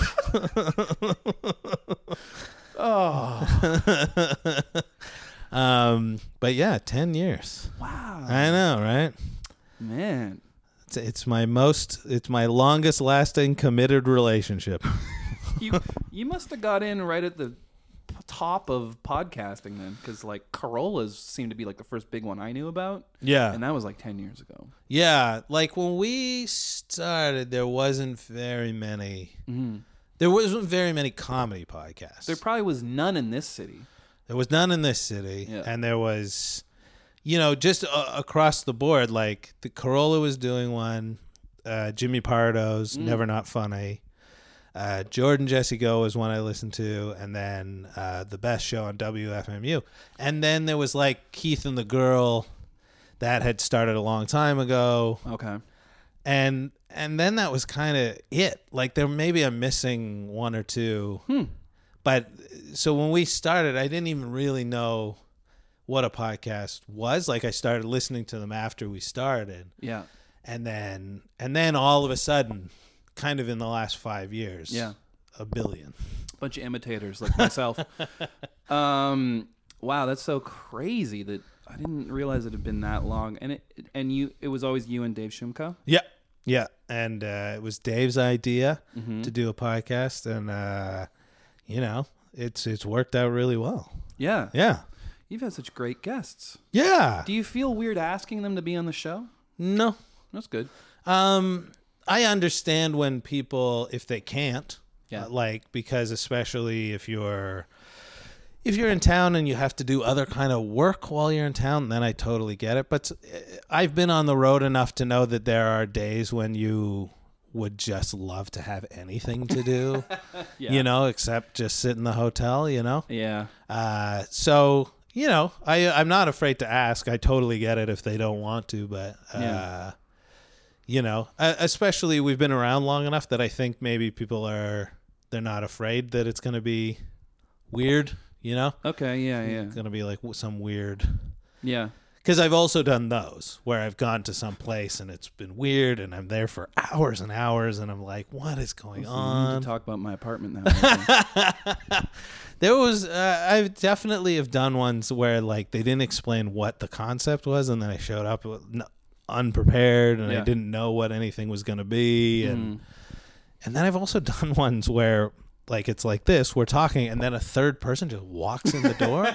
oh. um, but yeah, ten years. wow, I know, right? man. It's, it's my most, it's my longest lasting committed relationship. you you must have got in right at the p- top of podcasting then because like corollas seemed to be like the first big one i knew about Yeah. and that was like 10 years ago Yeah, like when we started, there wasn't very many. There wasn't very many comedy podcasts. Mm-hmm. there There, probably was none in this city was none in this city, Yeah. and there was, you know, just uh, across the board. Like the Corolla was doing one, uh, Jimmy Pardo's Mm. Never Not Funny, uh, Jordan Jesse Go was one I listened to, and then uh, the best show on WFMU, and then there was like Keith and the Girl, that had started a long time ago okay and and then that was kind of it like there maybe i'm missing one or two Hmm. but so when we started i didn't even really know what a podcast was like i started listening to them after we started yeah and then and then all of a sudden kind of in the last five years Yeah. a billion bunch of imitators like myself um wow that's so crazy that i didn't realize it had been that long and it and you it was always you and dave shumka yeah yeah and uh, it was dave's idea Mm-hmm. to do a podcast and uh, you know it's it's worked out really well yeah yeah you've had such great guests yeah do you feel weird asking them to be on the show no that's good Um, I understand when people if they can't, Yeah. uh, like because especially if you're if you're in town and you have to do other kind of work while you're in town, then I totally get it. But uh, I've been on the road enough to know that there are days when you would just love to have anything to do, you know, except just sit in the hotel, you know. yeah Uh, so you know, I I'm not afraid to ask. I totally get it if they don't want to, but uh, Yeah. you know, uh, especially we've been around long enough that I think maybe people are they're not afraid that it's going to be weird. You know, okay yeah yeah it's going to be like w- some weird. yeah Because I've also done those where I've gone to some place and it's been weird, and I'm there for hours and hours, and I'm like, "What is going I need on?" to talk about my apartment now. I There was, uh, I definitely have done ones where like they didn't explain what the concept was, and then I showed up with n- unprepared, and Yeah. Mm. I didn't know what anything was going to be, and and then I've also done ones where like it's like this: we're talking, and then a third person just walks in the door,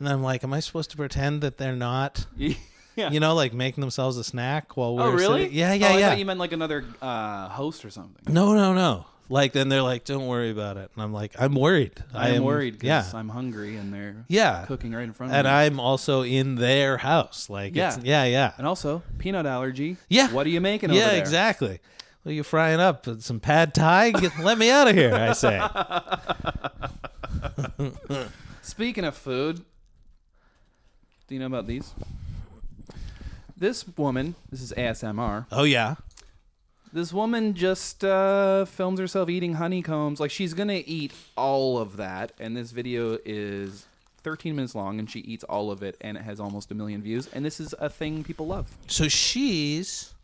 and I'm like, am I supposed to pretend that they're not? think. yeah. You know, like making themselves a snack while we're oh, really? sitting- Yeah, yeah, oh, I yeah. thought you meant like another uh, host or something. no, no, no. Like then they're like, "Don't worry about it," and I'm like, "I'm worried. I am worried Yeah, because I'm hungry and they're yeah. cooking right in front of and me. I'm also in their house. Like, yeah, it's, yeah, yeah, and also, peanut allergy. Yeah. What are you making over yeah, there? exactly. What are you frying up? Some pad thai? Get, let me out of here, I say. Speaking of food, do you know about these? This woman, this is ASMR. Oh yeah, This woman just uh, films herself eating honeycombs. Like she's gonna eat all of that, and this video is 13 minutes long, and she eats all of it, and it has almost a million views. And this is a thing people love. So she's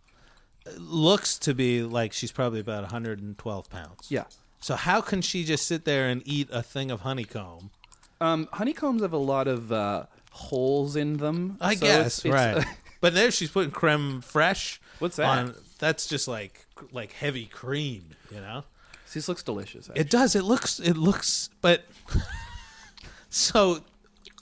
looks to be like she's probably about 112 pounds. Yeah. So how can she just sit there and eat a thing of honeycomb? Um, honeycombs have a lot of uh, holes in them. I so guess it's- it's- right. but there she's putting creme fraiche. What's that? that's just like like heavy cream. You know. this looks delicious. It does. It looks. It looks. But so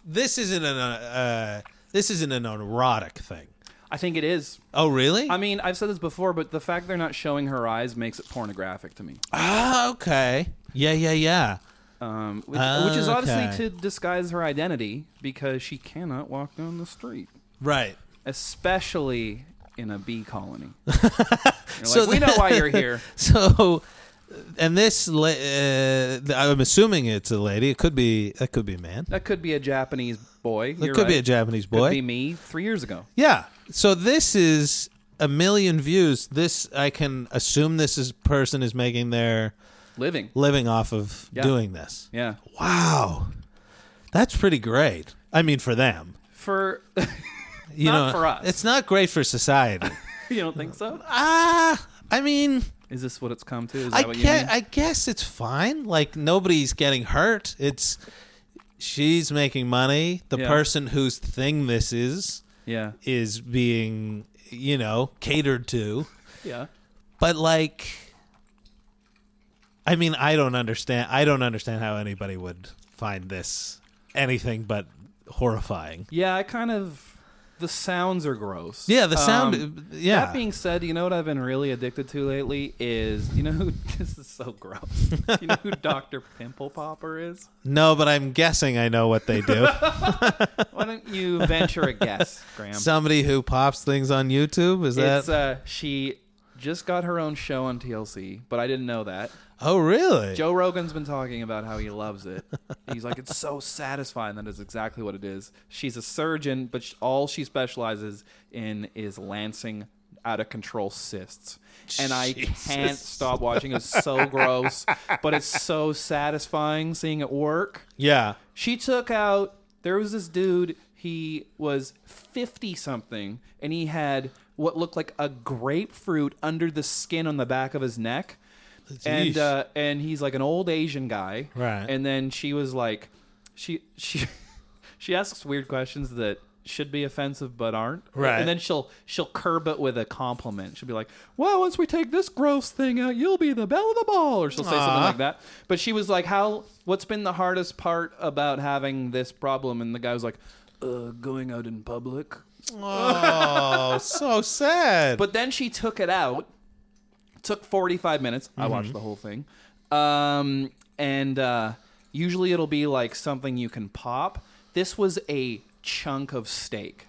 this isn't an uh, this isn't an erotic thing. I think it is. Oh really? I mean, I've said this before, but the fact they're not showing her eyes makes it pornographic to me, Ah, okay. Yeah, yeah, yeah. um, which, which is Oh, Okay. obviously to disguise her identity because she cannot walk down the street, Right. especially in a bee colony. You're So like, we know why you're here. So, and this, la- uh, I'm assuming it's a lady. It could be. That could be a man. That could be a Japanese boy. It could be a Japanese boy. Could be me three years ago. Yeah. So this is a million views. This I can assume this is person is making their Living. living off of Yeah. doing this. Yeah. Wow. That's pretty great. I mean, for them, For you Not know, for us. it's not great for society. you don't think so? Ah, I mean, Is this what it's come to? Is that I what you guess, mean? I guess it's fine. Like nobody's getting hurt. It's she's making money. The Yeah. person whose thing this is yeah. is being, you know, catered to. Yeah. But like I mean, I don't understand I don't understand how anybody would find this anything but horrifying. Yeah, I kind of. The sounds are gross. Yeah, the sound uh, Um, yeah. That being said, you know what I've been really addicted to lately is you know who this is so gross. you know who Doctor Pimple Popper is? no, but I'm guessing I know what they do. Why don't you venture a guess, Graham? Somebody who pops things on YouTube is that it's uh, she just got her own show on TLC, but I didn't know that. Oh really? Joe Rogan's been talking about how he loves it. He's like, it's so satisfying. That is exactly what it is. She's a surgeon, but sh all she specializes in is lancing out of control cysts. And I can't stop watching. It's so gross, but it's so satisfying seeing it work. yeah. She took out. There was this dude. He was fifty something, and he had what looked like a grapefruit under the skin on the back of his neck. And Jeez. uh, and he's like an old Asian guy, Right. And then she was like, she she she asks weird questions that should be offensive but aren't, Right. And then she'll she'll curb it with a compliment. She'll be like, "Well, once we take this gross thing out, you'll be the belle of the ball," or she'll say something Aw. like that. But she was like, "How? What's been the hardest part about having this problem?" And the guy was like, "Uh, going out in public." Oh, so sad. But then she took it out. Took forty five minutes. I watched the whole thing. Um, and uh, usually it'll be like something you can pop. This was a chunk of steak.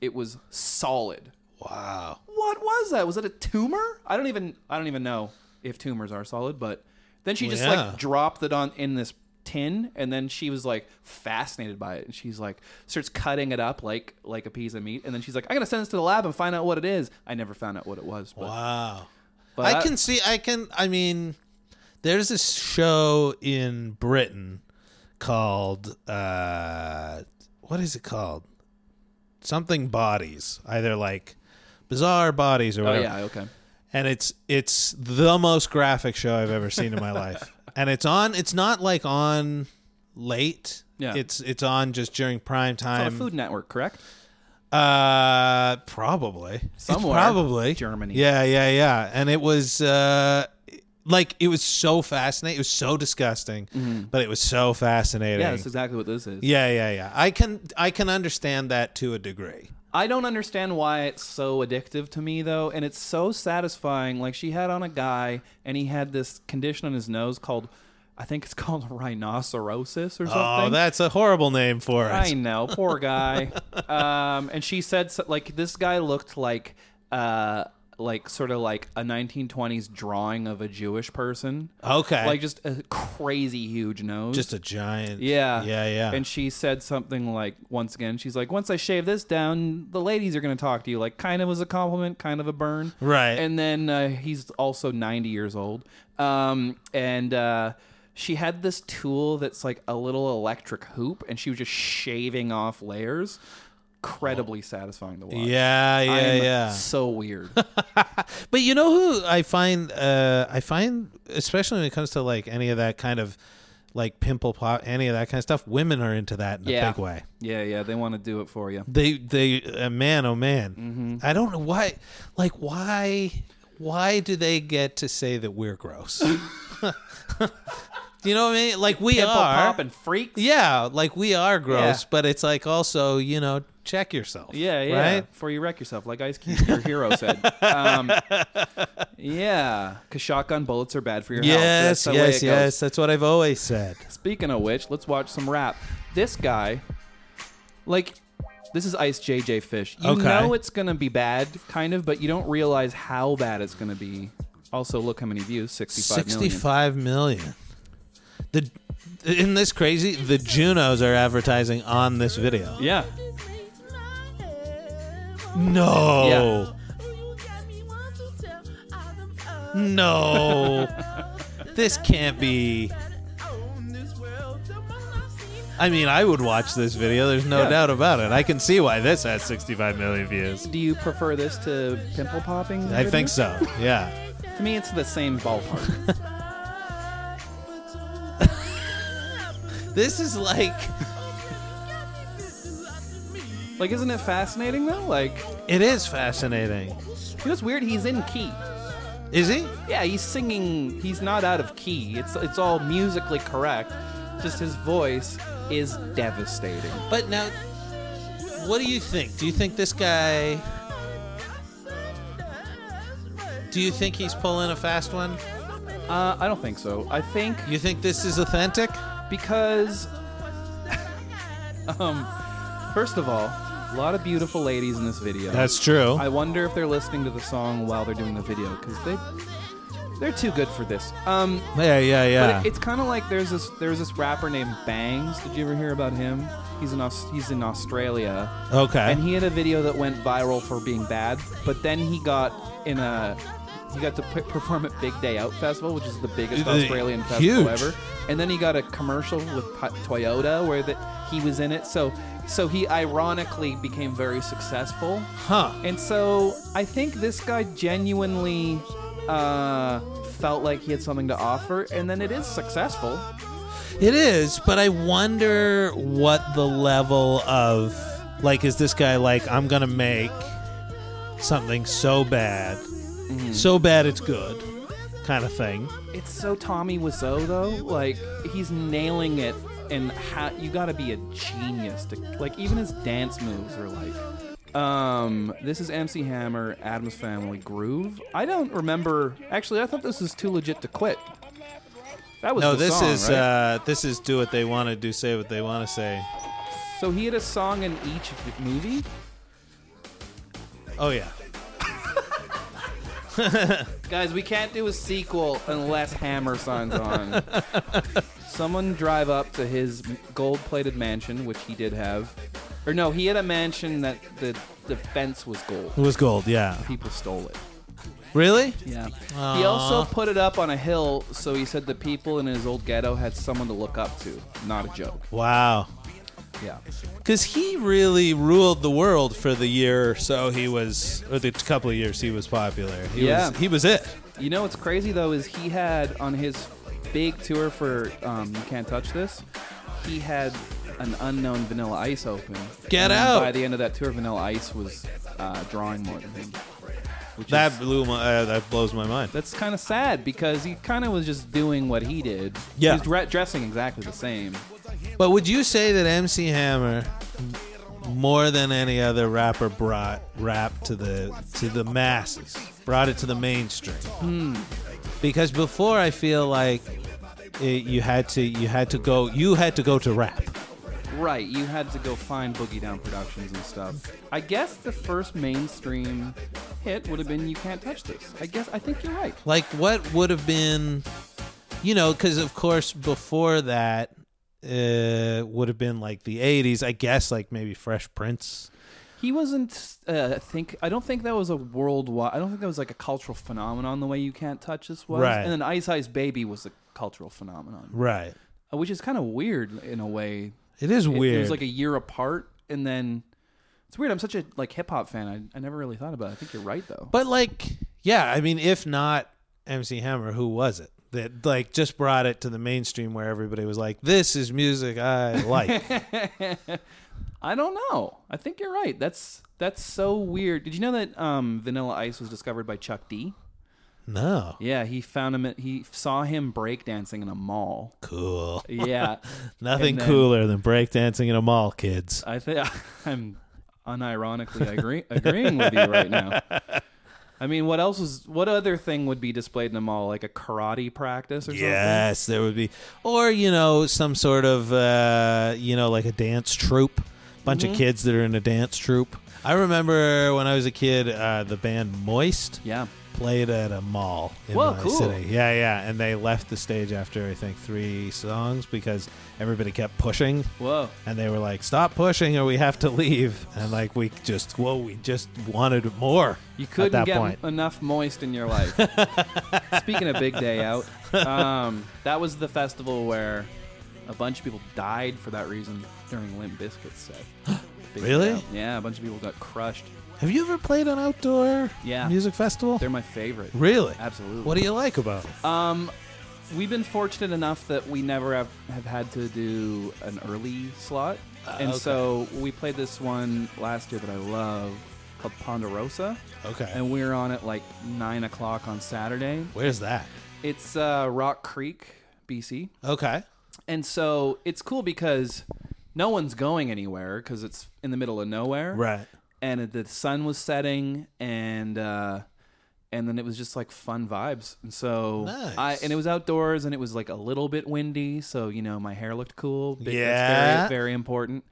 It was solid. wow. what was that? Was it a tumor? I don't even I don't even know if tumors are solid, but then she just yeah. like dropped it on in this tin and then she was like fascinated by it and she's like starts cutting it up like like a piece of meat and then she's like I'm going to send this to the lab and find out what it is. I never found out what it was, but, Wow. but I can see. I can. I mean, there's this show in Britain called uh, what is it called? Something bodies, either like bizarre bodies or Oh whatever. yeah, okay. And it's it's the most graphic show I've ever seen in my life. And it's on. It's not like on late. Yeah. It's it's on just during prime It's on time. a Food Network, correct? Uh, probably It's Somewhere. Probably Germany. Yeah, yeah, yeah. And it was uh, like it was so fascinating. It was so disgusting, but it was so fascinating. Mm-hmm. Yeah, that's exactly what this is. yeah, yeah, yeah. I can I can understand that to a degree. I don't understand why it's so addictive to me though, and it's so satisfying. Like she had on a guy, and he had this condition on his nose called, I think it's called rhinocerosis or something. Oh, that's a horrible name for it. I know, poor guy. um, and she said so, like this guy looked like, uh, like sort of like a 1920s drawing of a Jewish person, Okay, like like just a crazy huge nose, just a giant. yeah. yeah, yeah. And she said something like, once again, she's like, once I shave this down, the ladies are going to talk to you. Like, kind of was a compliment, kind of a burn. Right. And then uh, he's also 90 years old. Um, and uh, she had this tool that's like a little electric hoop, and she was just shaving off layers. Incredibly satisfying to watch. Oh. Yeah, yeah, I am yeah. So weird. But you know who I find uh I find especially when it comes to like any of that kind of like pimple pop any of that kind of stuff, women are into that in Yeah. a big way. yeah, yeah. They want to do it for you. They they uh, man oh man. Mm-hmm. I don't know why like why why do they get to say that we're gross? you know what I mean? Like we Pimple are popping freaks. Yeah, like we are gross, Yeah. but it's like also, you know, check yourself. Yeah, yeah. Right? Before you wreck yourself, like Ice Cube, your hero said. Um, yeah, because shotgun bullets are bad for your health. Yes, That's the way yes, it goes. yes. That's what I've always said. Speaking of which, let's watch some rap. This guy, like, this is Ice JJ Fish. You Okay. know it's gonna be bad, kind of, but you don't realize how bad it's gonna be. Also, look how many views 65 million. 65 million. The isn't this crazy? The Junos are advertising on this video. Yeah. No. No. this can't be. I mean, I would watch this video. There's no Yeah. doubt about it. I can see why this has 65 million views. Do you prefer this to pimple popping? I think so. Yeah. To me, it's the same ballpark. This is like like, isn't it fascinating though? Like, it is fascinating. you know, it's weird. He's in key. Is he? Yeah, he's singing. He's not out of key. It's it's all musically correct. Just his voice is devastating. But now what do you think? Do you think this guy Do you think he's pulling a fast one? Uh, I don't think so. I think You think this is authentic? because, um, first of all, a lot of beautiful ladies in this video. true. I wonder if they're listening to the song while they're doing the video because they they're too good for this. Um, Yeah, yeah, yeah. But it, it's kind of like there's this there's this rapper named Bangs. Did you ever hear about him? He's in Aus- he's in Australia, okay. and he had a video that went viral for being bad. But then he got in a he got to p- perform at Big Day Out Festival, which is the biggest Uh, Australian festival huge. ever. And then he got a commercial with P- Toyota where that he was in it. So so he ironically became very successful. huh. And so I think this guy genuinely uh, felt like he had something to offer, and then it is successful. It is, but I wonder what the level of like is this guy like I'm going to make something so bad. Mm-hmm. So bad it's good. kind of thing. It's so Tommy Wiseau though, like he's nailing it, and ha- you got to be a genius to like even his dance moves are like. Um, this is MC Hammer, Adam's Family Groove. I don't remember. Actually, I thought this was too legit to quit. That was No, the this song, is right? uh this is do what they want to do, say what they want to say. so he had a song in each movie. Oh yeah. Guys, we can't do a sequel unless Hammer signs on. Someone drive up to his gold-plated mansion, which he did have, or no, he had a mansion that the the fence was gold. It was gold, yeah. People stole it. Really? Yeah. He also put it up on a hill, so he said the people in his old ghetto had someone to look up to. Not a joke. Wow. Yeah. Cuz he really ruled the world for the year or so he was or the couple of years he was popular. He Yeah. was he was it. You know what's crazy though is he had on his big tour for um, You Can't Touch This, he had an unknown Vanilla Ice open. Get And then out. By the end of that tour, Vanilla Ice was uh, drawing more than him. Which that That blew my uh, that blows my mind. that's kind of sad because he kind of was just doing what he did. Yeah. he was dre- dressing exactly the same. But would you say that MC Hammer, m- more than any other rapper, brought rap to the to the masses, brought it to the mainstream? Because before, I feel like it, you had to you had to go you had to go to rap. Right, you had to go find Boogie Down Productions and stuff. I guess the first mainstream hit would have been You Can't Touch This. I guess I think you're right. Like what would have been, you know, because of course before that uh, would have been like the '80s. I guess like maybe Fresh Prince. He wasn't. Uh, I think I don't think that was a worldwide. I don't think that was like a cultural phenomenon the way you can't touch this was. Right. And then Ice Ice Baby was a cultural phenomenon, Right. uh, which is kind of weird in a way. It is It- weird. It, was like a year apart, and then it's weird. I'm such a like hip hop fan. I, I never really thought about. it. I think you're right though. But like, yeah, I mean, if not MC Hammer, who was it that like just brought it to the mainstream where everybody was like, "This is music I like." I don't know. I think you're right. That's that's so weird. Did you know that um, Vanilla Ice was discovered by Chuck D? no, Yeah, he found him. At, he saw him breakdancing in a mall. cool. Yeah, Nothing And then- cooler than breakdancing in a mall, kids. I think I'm unironically agree- agreeing with you right now. I mean, what else was? What other thing would be displayed in a mall? Like a karate practice or something? Yes, there would be, or you know, some sort of uh, you know, like a dance troupe, bunch Mm-hmm. of kids that are in a dance troupe. I remember when I was a kid, uh, the band Moist Yeah. played at a mall in Whoa, my cool. city. Yeah, yeah, and they left the stage after I think three songs because everybody kept pushing. Whoa. And they were like, "Stop pushing, or we have to leave." And like, we just, whoa, we just wanted more. You couldn't at that get point. enough moist in your life. Speaking of Big Day Out, um, that was the festival where a bunch of people died for that reason during Limp Bizkit's set. Big Day Really? Out. Yeah, a bunch of people got crushed. Have you ever played an outdoor Yeah. music festival? They're my favorite. really? Absolutely. What do you like about it? Um, we've been fortunate enough that we never have, have had to do an early slot, Ah, and okay. so we played this one last year that I love called Ponderosa, okay. and we were on at like nine o'clock on Saturday. Where's that? It's uh, Rock Creek, BC, Okay. and so it's cool because no one's going anywhere because it's in the middle of nowhere, Right. and it- the sun was setting and uh and then it was just like fun vibes and so Nice. i and it was outdoors and it was like a little bit windy so you know my hair looked cool big, Yeah. that's very very important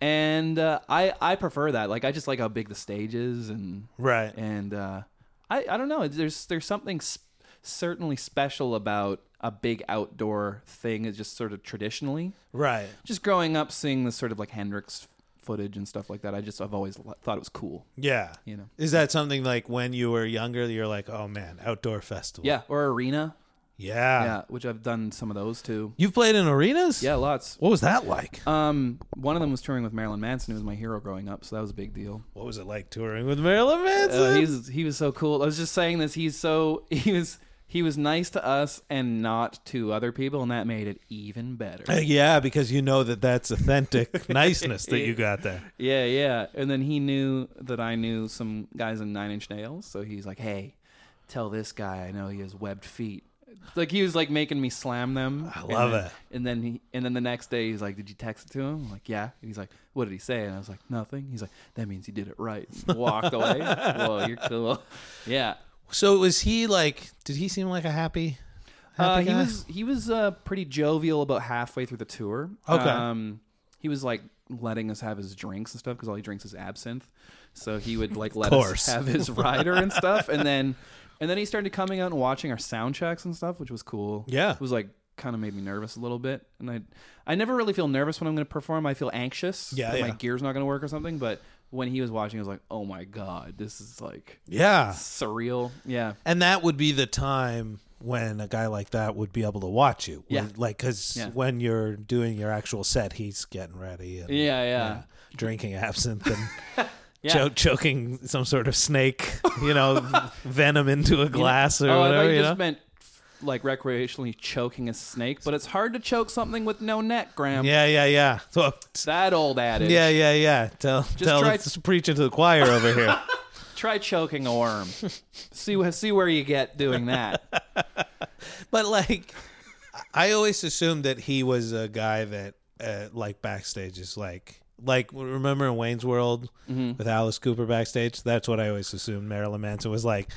and uh, i i prefer that like i just like how big the stage is and Right. and uh i i don't know there's there's something s certainly special about a big outdoor thing is just sort of traditionally Right. just growing up seeing this sort of like Hendrix footage and stuff like that, I just I've always lo- thought it was cool. Yeah. You know. Is that something like when you were younger, you're like, oh man, outdoor festival? Yeah, or arena. Yeah. Yeah, which I've done some of those too. You've played in arenas? Yeah, lots. What was that like? Um, one of them was touring with Marilyn Manson, who was my hero growing up, so that was a big deal. what was it like touring with Marilyn Manson? Oh, he's he was so cool. I was just saying this. He's so he was he was nice to us and not to other people, and that made it even better. Uh, yeah, because you know that that's authentic niceness that you got there. Yeah, yeah. And then he knew that I knew some guys in Nine Inch Nails, so he's like, "Hey, tell this guy I know he has webbed feet." Like he was like making me slam them. I love and then, it. And then he, and then the next day he's like, "Did you text it to him?" I'm like, "Yeah." And he's like, "What did he say?" And I was like, "Nothing." He's like, "That means he did it right." And walked away. Whoa, you're cool. Yeah. So was he like? Did he seem like a happy? Uh, happy he guy? was he was uh, pretty jovial about halfway through the tour. Okay. Um, he was like letting us have his drinks and stuff because all he drinks is absinthe. So he would like let course. us have his rider and stuff, and then and then he started coming out and watching our sound checks and stuff, which was cool. Yeah. it was like kind of made me nervous a little bit, and I I never really feel nervous when I'm going to perform. I feel anxious. Yeah, that my yeah. gear's not going to work or something, but. When he was watching, I was like, "Oh my god, this is like Yeah, surreal." Yeah, and that would be the time when a guy like that would be able to watch you. Yeah. When- like because Yeah. when you're doing your actual set, he's getting ready and yeah, yeah. drinking absinthe and Yeah. cho- choking some sort of snake, you know, venom into a glass or oh, I thought whatever. you you know? just meant like recreationally choking a snake, but it's hard to choke something with no neck, Graham. yeah, yeah, yeah. So, That old adage. yeah, yeah, yeah. Tell, tell, try- just preaching to the choir over here. Try choking a worm. see wh- see where you get doing that. But like, I always assumed that he was a guy that, uh, like, backstage is like, like remember in Wayne's World Mm-hmm. with Alice Cooper backstage. That's what I always assumed. Marilyn Manson was like,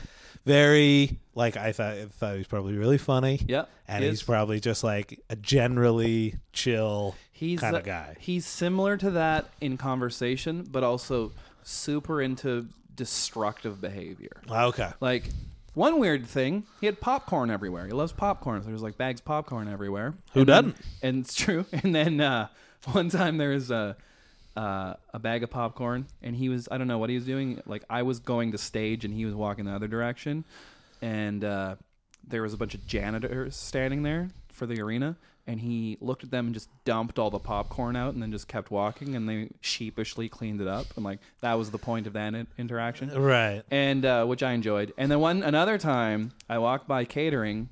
very like I thought. I thought he was probably really funny. Yep, and he he's is. probably just like a generally chill He's kind uh, of guy. He's similar to that in conversation, but also super into destructive behavior. Okay. Like one weird thing, he had popcorn everywhere. He loves popcorn. So there's like bags of popcorn everywhere. Who And then- doesn't? and it's true. And then uh, one time there was a uh, a bag of popcorn, and he was I don't know what he was doing. Like I was going to stage, and he was walking the other direction, and uh, there was a bunch of janitors standing there for the arena. And he looked at them and just dumped all the popcorn out, and then just kept walking. And they sheepishly cleaned it up, and like that was the point of that in- interaction Right. and uh, which I enjoyed. And then one another time, I walked by catering,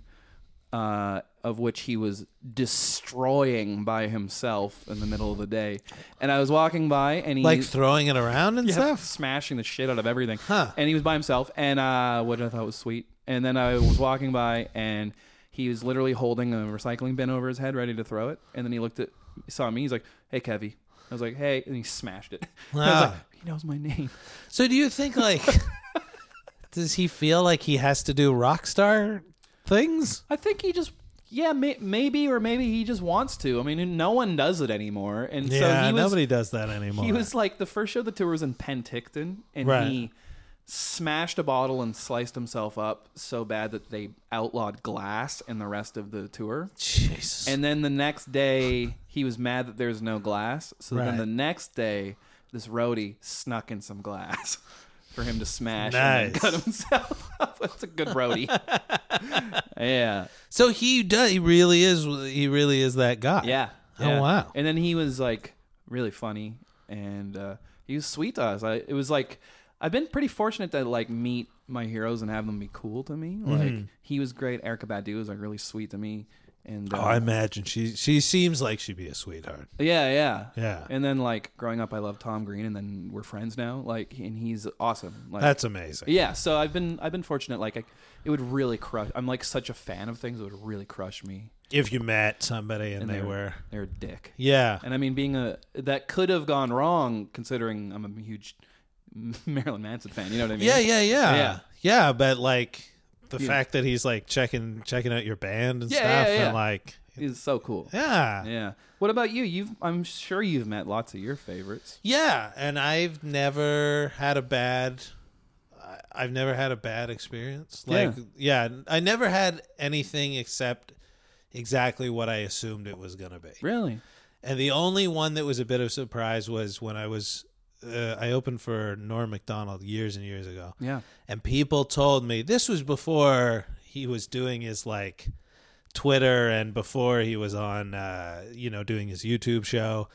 uh, of which he was destroying by himself in the middle of the day. And I was walking by, and he Like throwing it around and yeah, stuff. smashing the shit out of everything. Huh. And he was by himself, and uh, which I thought was sweet. And then I was walking by, and he was literally holding a recycling bin over his head, ready to throw it. And then he looked at, saw me. He's like, "Hey, Kevy." I was like, "Hey," and he smashed it. And I was Wow. like, "He knows my name." So do you think like does he feel like he has to do rock star things? I think he just, yeah, may, maybe or maybe he just wants to. I mean, no one does it anymore, and so yeah, he was. nobody does that anymore. he was like the first show of the tour was in Penticton, and Right. he smashed a bottle and sliced himself up so bad that they outlawed glass in the rest of the tour. Jesus. And then the next day, he was mad that there's no glass. So then Right. the next day, this roadie snuck in some glass for him to smash and then Nice. cut himself up. That's a good roadie. yeah. so he does. He really is. He really is that guy. Yeah. Oh, yeah. wow. And then he was like really funny and uh, he was sweet to us. I, it was like I've been pretty fortunate to like meet my heroes and have them be cool to me. Mm-hmm. Like he was great. Erica Badu was like really sweet to me. And uh, Oh, I imagine she. She seems like she'd be a sweetheart. yeah, yeah, Yeah. And then like growing up, I loved Tom Green, and then we're friends now. Like, and he's awesome. Like, That's amazing. yeah. So I've been I've been fortunate. Like, I, it would really crush. I'm like such a fan of things. It would really crush me. If you met somebody and, they they're- were. They're a dick. Yeah. And I mean, being a that could have gone wrong, considering I'm a huge Marilyn Manson fan. You know what I mean? Yeah, yeah, yeah, Yeah. yeah, But like the fact that he's like checking checking out your band and Yeah, stuff, yeah, yeah. and like, He's so cool. yeah, yeah, Yeah. What about you? You've I'm sure you've met lots of your favorites. And I've never had a bad, I- I've never had a bad experience. Like, yeah. I never had anything except exactly what I assumed it was gonna be. Really? And the only one that was a bit of surprise was when I was. Uh, I opened for Norm Macdonald years and years ago. Yeah. and people told me this was before he was doing his like Twitter and before he was on uh, you know doing his YouTube show.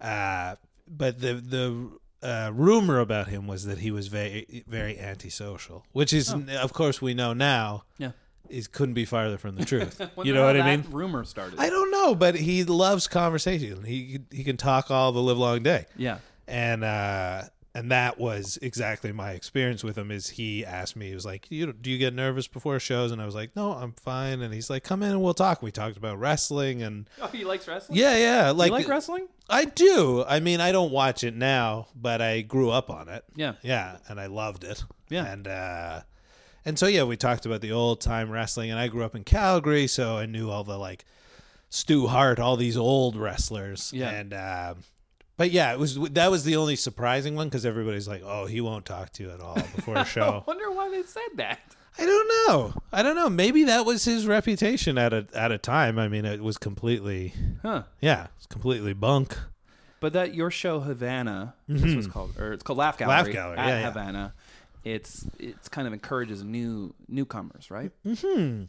Uh, but the the uh, rumor about him was that he was very very antisocial, which is of course we know now Yeah. is couldn't be farther from the truth. you know what I mean? Rumor started. I don't know, but he loves conversation. He he can talk all the live long day yeah. and uh and that was exactly my experience with him is he asked me he was like you do you get nervous before shows and i was like no i'm fine and he's like come in and we'll talk we talked about wrestling and Oh, he likes wrestling. yeah yeah like, you like wrestling? i do i mean i don't watch it now but i grew up on it Yeah. yeah and i loved it Yeah. and uh and so yeah we talked about the old time wrestling and i grew up in calgary so i knew all the like stu hart all these old wrestlers Yeah. and um but yeah it was that was the only surprising one because everybody's like oh he won't talk to you at all before a show Wonder why they said that. i don't know i don't know maybe that was his reputation at a at a time i mean it was completely Huh. yeah it's completely bunk But that your show Havana, this was called, or it's called Laugh Gallery. Mm-hmm. Gallery, at yeah, yeah. Havana. It's it's kind of encourages new newcomers, right? Mm-hmm.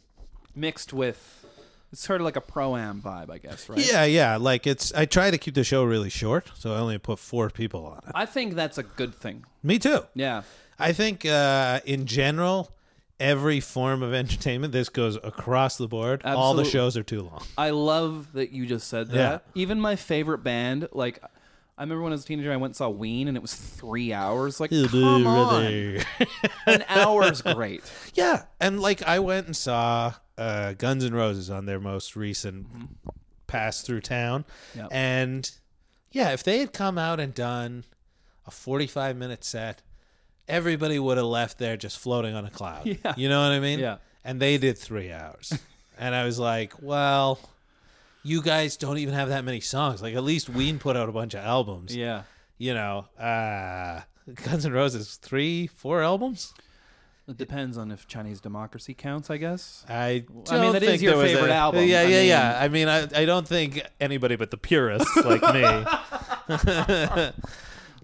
Mixed with, it's sort of like a pro am vibe, I guess, right? yeah yeah like it's i try to keep the show really short so i only put four people on it I think that's a good thing. me too Yeah, I think uh, in general, every form of entertainment, this goes across the board. All the Absolute- shows are too long. I love that you just said that. Even my favorite band, like. I remember when I was a teenager, I went and saw Ween, and it was three hours. Like, come on, an hour's great. yeah, and like I went and saw uh, Guns N' Roses on their most recent pass through town, Mm-hmm. Yep. and yeah, if they had come out and done a forty-five minute set, everybody would have left there just floating on a cloud. Yeah. you know what I mean? Yeah. and they did three hours, and I was like, well. You guys don't even have that many songs. Like at least Ween put out a bunch of albums. Yeah, you know, uh, Guns N' Roses three, four albums. it depends on if Chinese democracy counts, I guess. I don't I mean, that is think your there was favorite a- album. Yeah, I yeah, mean- yeah. I mean, I, I don't think anybody but the purists like me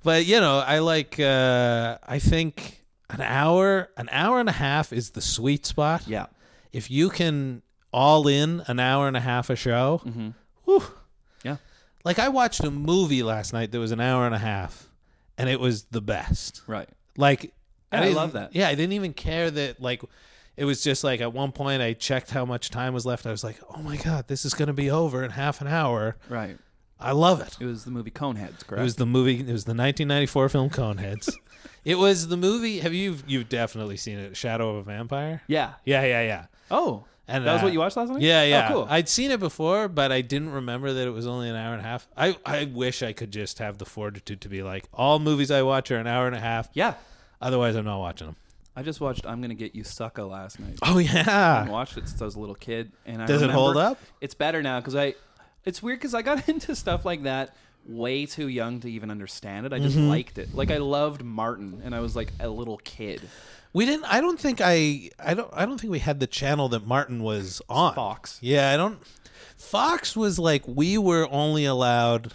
but you know, I like. Uh, I think an hour, an hour and a half is the sweet spot. Yeah. If you can all in an hour and a half a show, Mhm. whew. Yeah. Like I watched a movie last night that was an hour and a half, and it was the best. Right. Like Yeah, I didn't- love that. Yeah, I didn't even care that like it was just like at one point I checked how much time was left. I was like, "Oh my god, this is going to be over in half an hour." Right. I love it. It was the movie Coneheads, correct? It was the movie. It was the 1994 film Coneheads. it was the movie. Have you you've definitely seen it? Shadow of a Vampire. yeah. Yeah, yeah, yeah. Oh. And that was uh, what you watched last night? Yeah, Oh, yeah. cool. I'd seen it before, but I didn't remember that it was only an hour and a half. I I wish I could just have the fortitude to be like, all movies I watch are an hour and a half. yeah. Otherwise, I'm not watching them. I just watched I'm Gonna Get You Sucker last night. Oh I yeah. watched it since I was a little kid. And I Does it remember- hold up? It's better now because I. It's weird because I got into stuff like that way too young to even understand it. I Mm-hmm. just liked it. Like I loved Martin, and I was like a little kid. We didn't. I don't think I. I don't. I don't think we had the channel that Martin was on. Fox. Yeah, I don't. Fox was like we were only allowed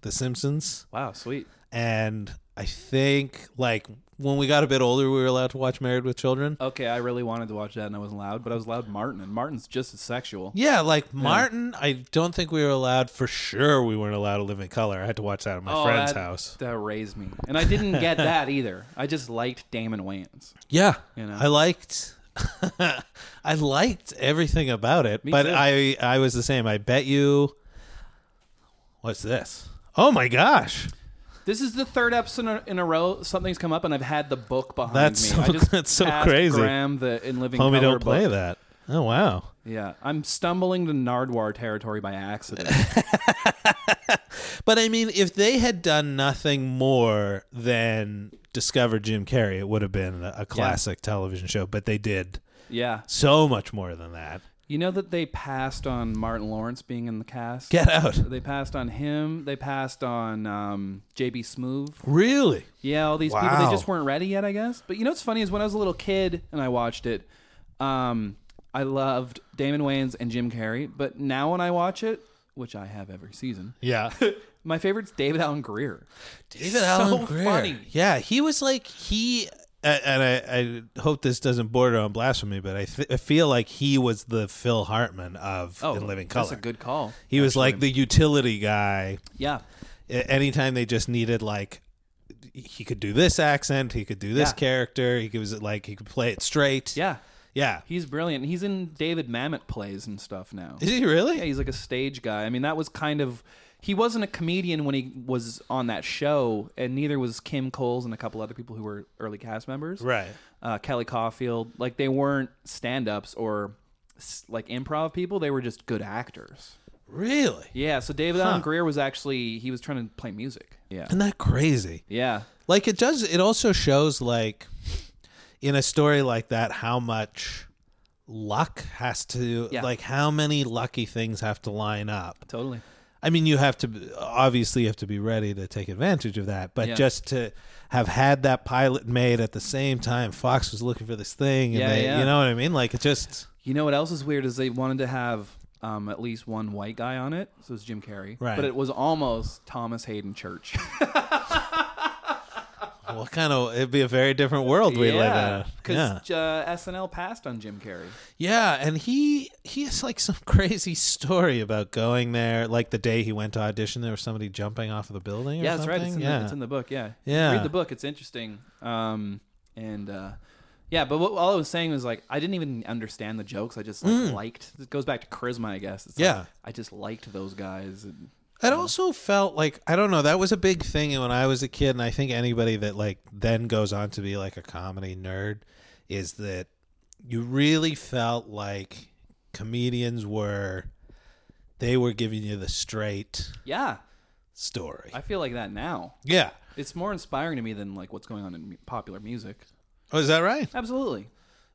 The Simpsons, Wow, sweet. and I think like when we got a bit older, we were allowed to watch Married with Children. Okay, I really wanted to watch that, and I wasn't allowed. But I was allowed Martin, and Martin's just as sexual. Yeah, like Martin, I don't think we were allowed. For sure, we weren't allowed to live in color. I had to watch that at my Oh, friend's that- house. That raised me, and I didn't get that either. I just liked Damon Wayans. Yeah, You know. I liked. I liked everything about it, but too. I I was the same. I bet you. What's this? Oh my gosh! This is the third episode in a, in a row. Something's come up, and I've had the book behind That's me. so- I just that's so passed crazy. Graham the In Living Homie, Color don't play book. that. Oh wow! Yeah, I'm stumbling to Nardwar territory by accident. But I mean, if they had done nothing more than discover Jim Carrey, it would have been a, a classic television show. But they did yeah, so much more than that. you know that they passed on Martin Lawrence being in the cast. Get out! They passed on him. They passed on um, JB Smoove. Really? Yeah, all these people Wow. they just weren't ready yet, I guess. But you know what's funny is when I was a little kid and I watched it, um, I loved Damon Wayans and Jim Carrey. But now when I watch it, which I have every season, Yeah. my favorite's David Allen Greer. David So Allen Greer. funny. Yeah, he was like he, uh, and I, I hope this doesn't border on blasphemy, but I, th- I feel like he was the Phil Hartman of In Living Color. Oh, That's a good call. he was like the utility guy. Yeah, A- Anytime they just needed like, he could do this accent, he could do this Yeah. character, he could- was like he could play it straight. yeah. yeah. He's brilliant. He's in David Mamet plays and stuff now. Is he really? Yeah, he's like a stage guy. I mean, that was kind of he wasn't a comedian when he was on that show, and neither was Kim Coles and a couple other people who were early cast members. Right. Uh, Kelly Caulfield, like they weren't stand-ups or s- like improv people. They were just good actors. Really? Yeah. So David Allen Greer was actually he was trying to play music. Yeah. Isn't that crazy? Yeah. like it does it also shows like in a story like that how much luck has to Yeah. like how many lucky things have to line up Totally. i mean you have to obviously you have to be ready to take advantage of that but Yeah. just to have had that pilot made at the same time fox was looking for this thing and Yeah, they, yeah. you know what i mean like it just You know what else is weird is they wanted to have um, at least one white guy on it. So it was Jim Carrey. Right. But it was almost Thomas Hayden Church. what kind of it'd be a very different world we live in yeah. Because uh, SNL passed on Jim Carrey. Yeah, and he he has like some crazy story about going there. Like the day he went to audition, there was somebody jumping off of the building. Or yeah, that's something. right. It's in, yeah, the, it's in the book. Yeah. Yeah. Read the book. It's interesting. Um, and uh, yeah, but what, all I was saying was like, I didn't even understand the jokes. I just like, liked. It goes back to charisma, I guess. It's like, Mm. Yeah. I just liked those guys. And, It also felt like I don't know. That was a big thing when I was a kid, and I think anybody that like then goes on to be like a comedy nerd is that you really felt like comedians were they were giving you the straight yeah. story. I feel like that now. yeah. It's more inspiring to me than like what's going on in mu- popular music. Oh, is that right? Absolutely.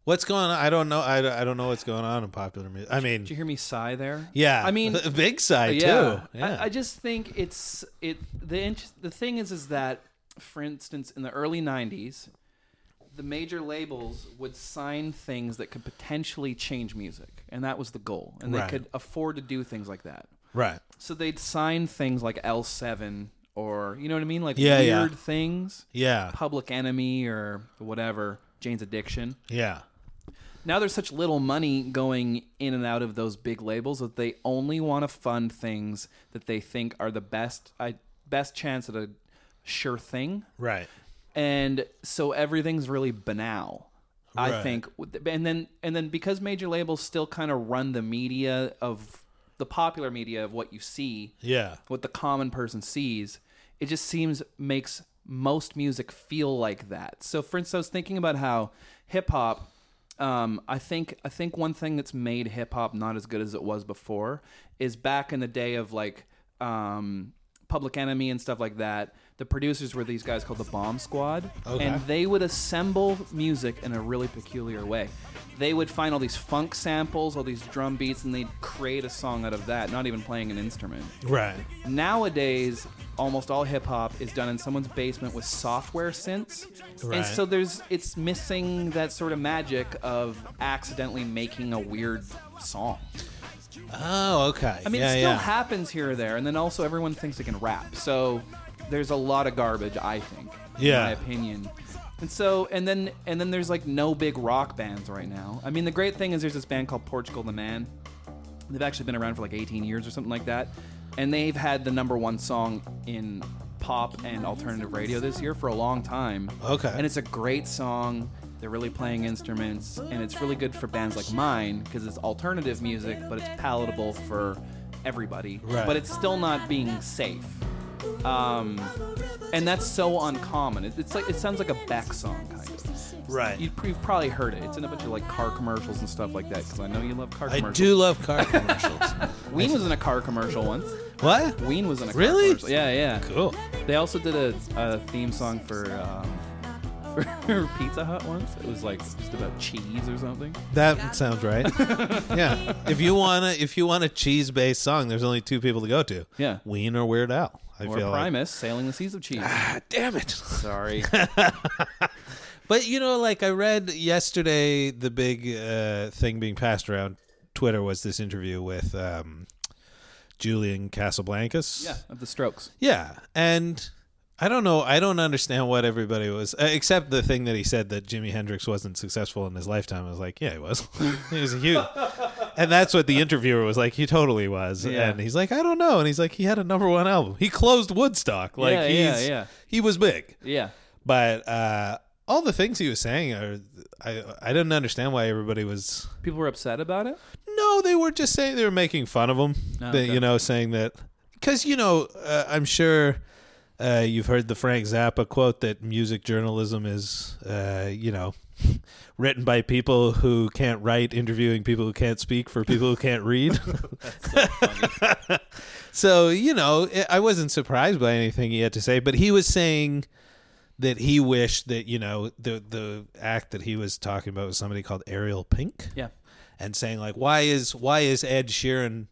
What's going on? I don't know. I, I don't know what's going on in popular music. I mean, Did you hear me sigh there? Yeah, I mean, the big side yeah. too. Yeah, I, I just think it's it the int- the thing is is that for instance in the early 90s the major labels would sign things that could potentially change music and that was the goal and they Right. could afford to do things like that. right. So they'd sign things like L7 or you know what I mean, like Yeah, yeah. weird things. Yeah. Public Enemy or whatever. Jane's Addiction. Yeah. Now there's such little money going in and out of those big labels that they only want to fund things that they think are the best I, best chance at a sure thing. Right. and so everything's really banal i Right. think and then and then because major labels still kind of run the media of the popular media of what you see Yeah. what the common person sees it just seems makes most music feel like that so for instance i was thinking about how hip-hop um, I think I think one thing that's made hip hop not as good as it was before is back in the day of like um, Public Enemy and stuff like that. The producers were these guys called the Bomb Squad, and they would assemble music in a really peculiar way. They would find all these funk samples, all these drum beats, and they'd create a song out of that, not even playing an instrument. Right. Nowadays, almost all hip hop is done in someone's basement with software synths, Right. and so there's it's missing that sort of magic of accidentally making a weird song. Oh, okay. I mean, yeah, it still yeah. happens here or there, and then also everyone thinks they can rap. So there's a lot of garbage, I think, Yeah. in my opinion. And so, and then, and then there's like no big rock bands right now. I mean, the great thing is there's this band called Portugal the Man. They've actually been around for like 18 years or something like that, and they've had the number one song in pop and alternative radio this year for a long time. Okay. and it's a great song. They're really playing instruments, and it's really good for bands like mine because it's alternative music, but it's palatable for everybody. Right. But it's still not being safe. Um, and that's so uncommon. It, it's like it sounds like a Beck song kind of. right. You've, you've probably heard it. It's in a bunch of like car commercials and stuff like that because I know you love car I commercials. do love car commercials. Ween was in a car commercial once. what? Ween was in a car Really? commercial. Yeah, yeah. Cool. They also did a, a theme song for um, for Pizza Hut once. It was like just about cheese or something. That sounds right. yeah. If you wanna, if you want a cheese-based song, there's only two people to go to. Yeah. Ween or Weird Al. I Or feel like. Primus sailing the seas of cheese. Ah, damn it. Sorry. But you know, like I read yesterday, the big uh, thing being passed around Twitter was this interview with um, Julian Casablancas. yeah, of the Strokes. Yeah, and I don't know. I don't understand what everybody was, uh, except the thing that he said that Jimi Hendrix wasn't successful in his lifetime. I was like, yeah, he was. he was huge, and that's what the interviewer was like. He totally was, Yeah. and he's like, I don't know, and he's like, he had a number one album. He closed Woodstock. Like, Yeah, yeah, he's, yeah. he was big Yeah. but uh, all the things he was saying are I I didn't understand why everybody was People were upset about it. no they were just saying they were making fun of him Oh, That, okay. you know saying that because you know uh, I'm sure uh, you've heard the Frank Zappa quote that music journalism is uh, you know written by people who can't write interviewing people who can't speak for people who can't read so you know I- I wasn't surprised by anything he had to say but he was saying that he wished that you know the the act that he was talking about was somebody called Ariel Pink Yeah. and saying like why is why is Ed Sheeran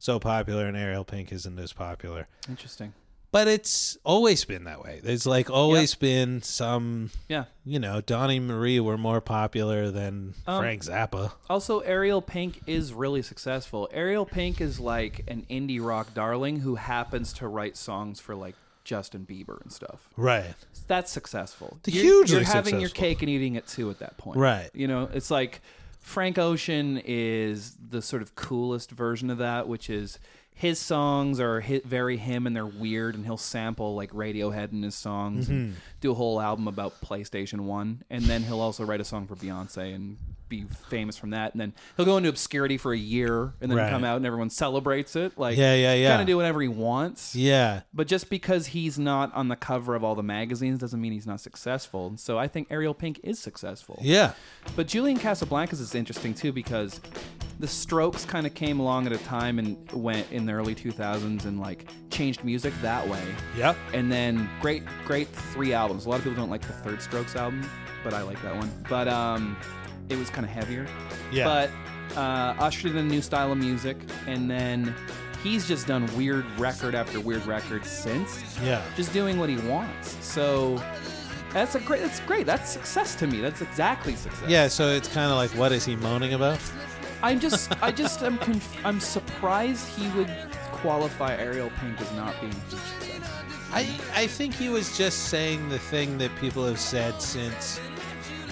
so popular and Ariel Pink isn't as popular Interesting. but it's always been that way there's like always been some Yeah. you know Donnie Marie were more popular than Um, Frank Zappa Also, Ariel Pink is really successful. Ariel Pink is like an indie rock darling who happens to write songs for like Justin Bieber and stuff. right That's successful. The you're, hugely You're having your successful. cake and eating it too at that point. Right. You know, it's like Frank Ocean is the sort of coolest version of that, which is his songs are hi very him and they're weird, and he'll sample like Radiohead in his songs, Mm-hmm. and do a whole album about PlayStation 1, and then he'll also write a song for Beyonce and be famous from that. And then he'll go into obscurity for a year and then Right. come out and everyone celebrates it. Like, Yeah, yeah, yeah. Kind of do whatever he wants. yeah But just because he's not on the cover of all the magazines doesn't mean he's not successful. And so I think Ariel Pink is successful. yeah But Julian Casablancas is interesting too because the Strokes kind of came along at a time and went in the early 2000s and like changed music that way. yep And then great, great three albums. A lot of people don't like the third Strokes album, but I like that one. But um, it was kind of heavier. Yeah. But uh, ushered in a new style of music, and then he's just done weird record after weird record since. Yeah. Just doing what he wants. So that's a great. That's great. That's success to me. That's exactly success. yeah so it's kind of like what is he moaning about I'm just, I just, am conf- I'm surprised he would qualify Ariel Pink as not being a huge success. I I think he was just saying the thing that people have said since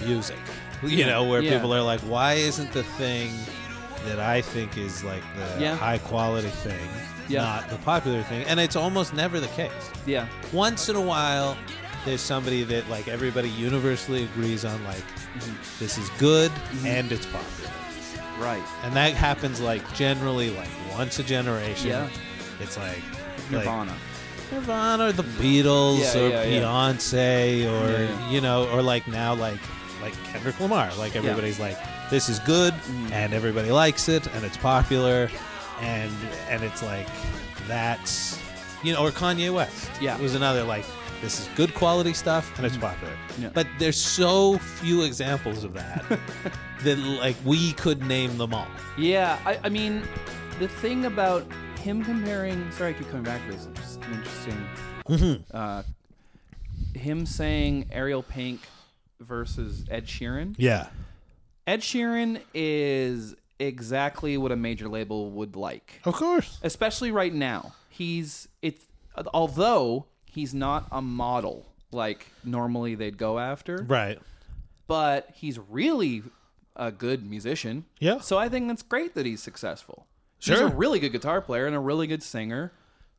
music. You know, where Yeah. people are like, "Why isn't the thing that I think is like the Yeah. high quality thing Yeah. not the popular thing?" And it's almost never the case. Yeah. Once in a while, there's somebody that like everybody universally agrees on, like Mm-hmm. this is good and it's popular, Right. and that happens like generally like once a generation. Yeah. It's like like, Nirvana. Nirvana or the Beatles Yeah, or yeah, yeah. Beyonce or Yeah, yeah. you know or like now like like Kendrick Lamar like everybody's like this is good Mm-hmm. and everybody likes it and it's popular and and it's like that's you know or Kanye West Yeah. Mm-hmm. was another like this is good quality stuff and it's popular Yeah. but there's so few examples of that that like we could name them all Yeah, I, I mean, the thing about him comparing. Sorry, I keep coming back to this. It's just an interesting. uh, him saying Ariel Pink versus Ed Sheeran. yeah Ed Sheeran is exactly what a major label would like, of course especially right now. He's it's although he's not a model like normally they'd go after right but he's really a good musician. Yeah. So I think that's great that he's successful. Sure. He's a really good guitar player and a really good singer.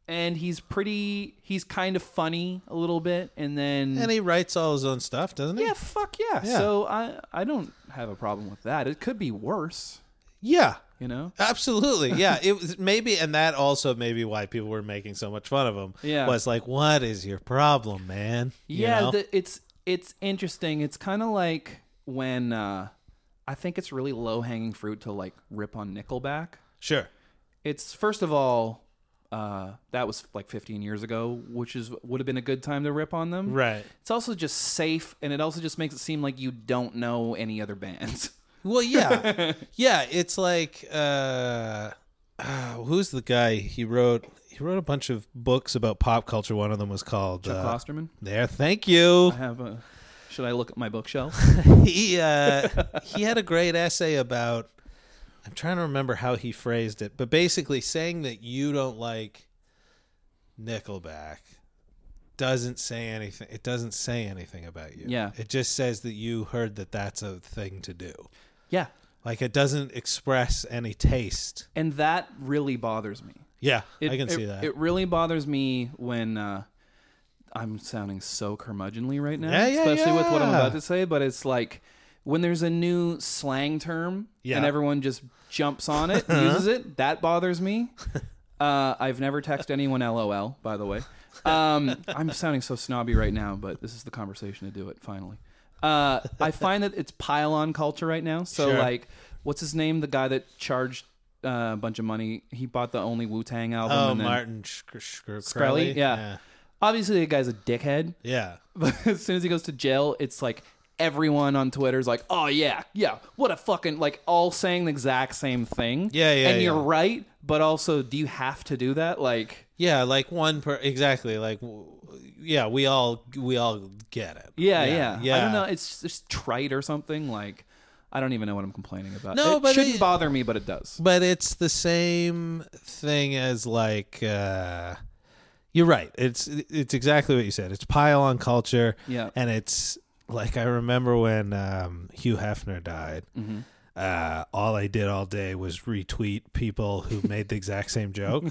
And he's pretty he's kind of funny a little bit and then and he writes all his own stuff doesn't he Yeah, fuck yeah. Yeah. So I I don't have a problem with that. It could be worse, yeah you know? Absolutely, yeah. It was maybe, and that also maybe why people were making so much fun of him. Yeah. was like, what is your problem, man? You yeah, know? the, it's it's interesting. It's kind of like when uh I think it's really low-hanging fruit to like rip on Nickelback. sure. it's first of all uh, that was like 15 years ago which is would have been a good time to rip on them Right. it's also just safe and it also just makes it seem like you don't know any other bands Well, yeah, yeah. It's like, uh, ah, who's the guy? He wrote he wrote a bunch of books about pop culture. One of them was called Chuck uh, Klosterman There. Thank you. I have a should I look at my bookshelf he uh, he had a great essay about. I'm trying to remember how he phrased it, but basically saying that you don't like Nickelback doesn't say anything. It doesn't say anything about you. Yeah. it just says that you heard that that's a thing to do. yeah Like it doesn't express any taste. and that really bothers me Yeah, It- I can it- see that. it really bothers me when uh, I'm sounding so curmudgeonly right now Yeah, yeah, especially with what I'm yeah. about to say but it's like when there's a new slang term Yeah. Uh-huh. and everyone just jumps on it and uses it that bothers me uh, I've never texted anyone LOL by the way um, I'm sounding so snobby right now but this is the conversation to do it finally uh, I find that it's pile on culture right now so Sure. like what's his name the guy that charged uh, a bunch of money he bought the only Wu-Tang album oh, and then- Martin Sh- Sh- Crowley, yeah. yeah, Obviously, the guy's a dickhead, yeah. but as soon as he goes to jail, it's like everyone on Twitter's like, "Oh yeah, yeah, what a fucking like," all saying the exact same thing. Yeah, yeah, And you're yeah. right, but also, do you have to do that? Like, Yeah, like one per exactly. Like, w- yeah, we all we all get it. yeah, yeah, yeah. I don't know. It's just trite or something. Like, I don't even know what I'm complaining about. No, it but shouldn't it- bother me, but it does. But it's the same thing as like uh you're right. It's it's exactly what you said. It's pile on culture. Yeah. And it's like I remember when um Hugh Hefner died. Mm-hmm. Uh, all I did all day was retweet people who made the exact same joke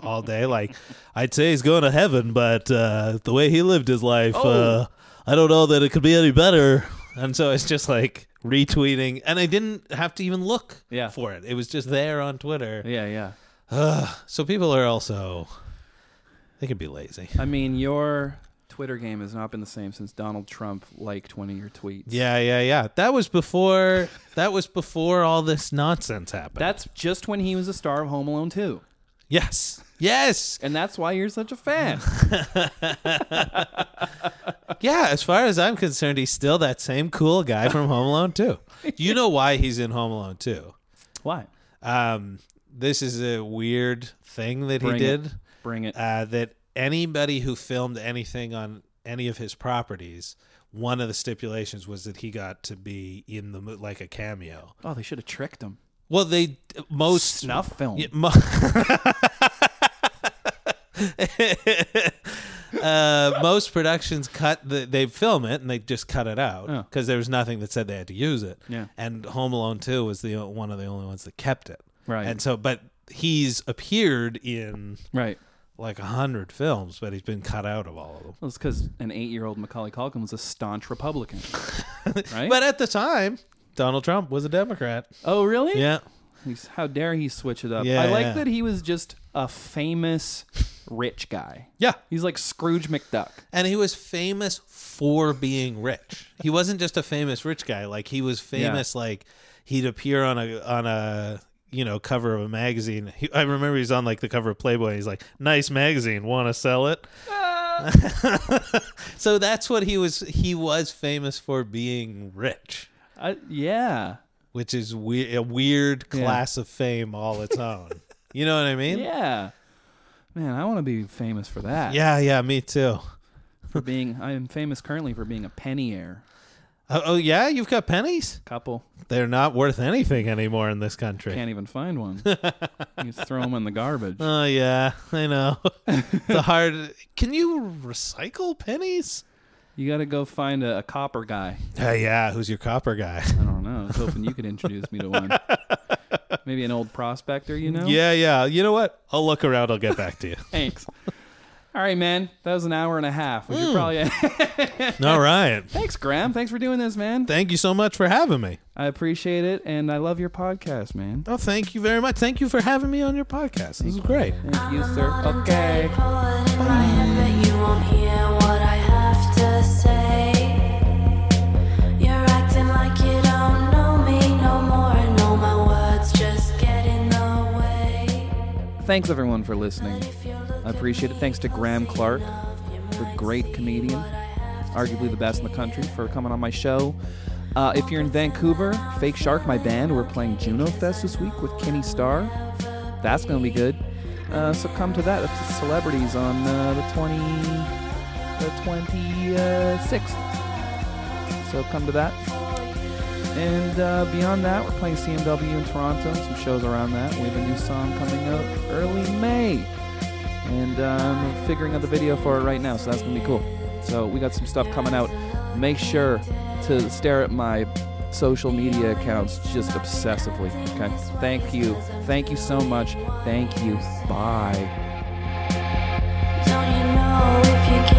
all day. Like, I'd say he's going to heaven, but uh, the way he lived his life, Oh. uh, I don't know that it could be any better. And so it's just like retweeting, and I didn't have to even look Yeah. for it. It was just there on Twitter. Yeah, yeah. So people are also they can be lazy. I mean, your Twitter game has not been the same since Donald Trump liked one of your tweets. Yeah, yeah, yeah. That was before that was before all this nonsense happened. That's just when he was a star of Home Alone 2. yes. Yes. And that's why you're such a fan. Yeah, as far as I'm concerned, he's still that same cool guy from Home Alone 2. You know why he's in Home Alone 2. why? Um this is a weird thing that he Bring it. did. Bring it. uh, that anybody who filmed anything on any of his properties, one of the stipulations was that he got to be in the mo- like a cameo. Oh, they should have tricked him. Well, they most Snuff film. yeah, mo- but uh, most productions cut the they film it and they just cut it out Oh. because there was nothing that said they had to use it. Yeah. And Home Alone Two was the o- one of the only ones that kept it. Right. And so, but he's appeared in Right. like a hundred films, but he's been cut out of all of them. Well, it's because an eight-year-old Macaulay Culkin was a staunch Republican, right? But uh, at the time, Donald Trump was a Democrat. oh, really? Yeah. He's, how dare he switch it up? Yeah, I like yeah. that he was just a famous rich guy. Yeah. He's like Scrooge McDuck. And he was famous for being rich. He wasn't just a famous rich guy. Like he was famous. Like he'd appear on a on a you know cover of a magazine. He, I remember he's on like the cover of Playboy. He's like, "Nice magazine, want to sell it?" so that's what he was. He was famous for being rich, I, yeah. which is we- a weird class of fame all its own. you know what I mean? Yeah. Man, I want to be famous for that. Yeah, yeah, me too. For being, I am famous currently for being a penny heir. Oh, oh yeah, you've got pennies. Couple. They're not worth anything anymore in this country. Can't even find one. you just throw them in the garbage. Oh yeah, I know. the hard. Can you recycle pennies? You got to go find a, a copper guy. Uh, yeah, who's your copper guy? I don't know. I was hoping you could introduce me to one. Maybe an old prospector, you know? Yeah, yeah. You know what? I'll look around. I'll get back to you. Thanks. All right, man. That was an hour and a half. We should probably. All right. Thanks, Graham. Thanks for doing this, man. Thank you so much for having me. I appreciate it, and I love your podcast, man. Oh, thank you very much. Thank you for having me on your podcast. This is great. Thank you, sir. modern Okay. day poet in my head, but you won't hear what I have to say. You're acting like you don't know me no more, and all my words just get in the way. Thanks, everyone, for listening. If you look I appreciate it. Thanks to Graham Clark, the great comedian, arguably the best in the country, for coming on my show. Uh, if you're in Vancouver, Fake Shark, my band, we're playing Juno Fest this week with Kenny Starr. That's going to be good. Uh, so come to that. That's the celebrities on uh, the 20, the 26th. So come to that. And uh, beyond that, we're playing CMW in Toronto, some shows around that. We have a new song coming out early May and um, figuring out the video for it right now, so that's gonna be cool. So we got some stuff coming out. Make sure to stare at my social media accounts just obsessively. Okay. Thank you. Thank you so much. Thank you. Bye. Don't you know if you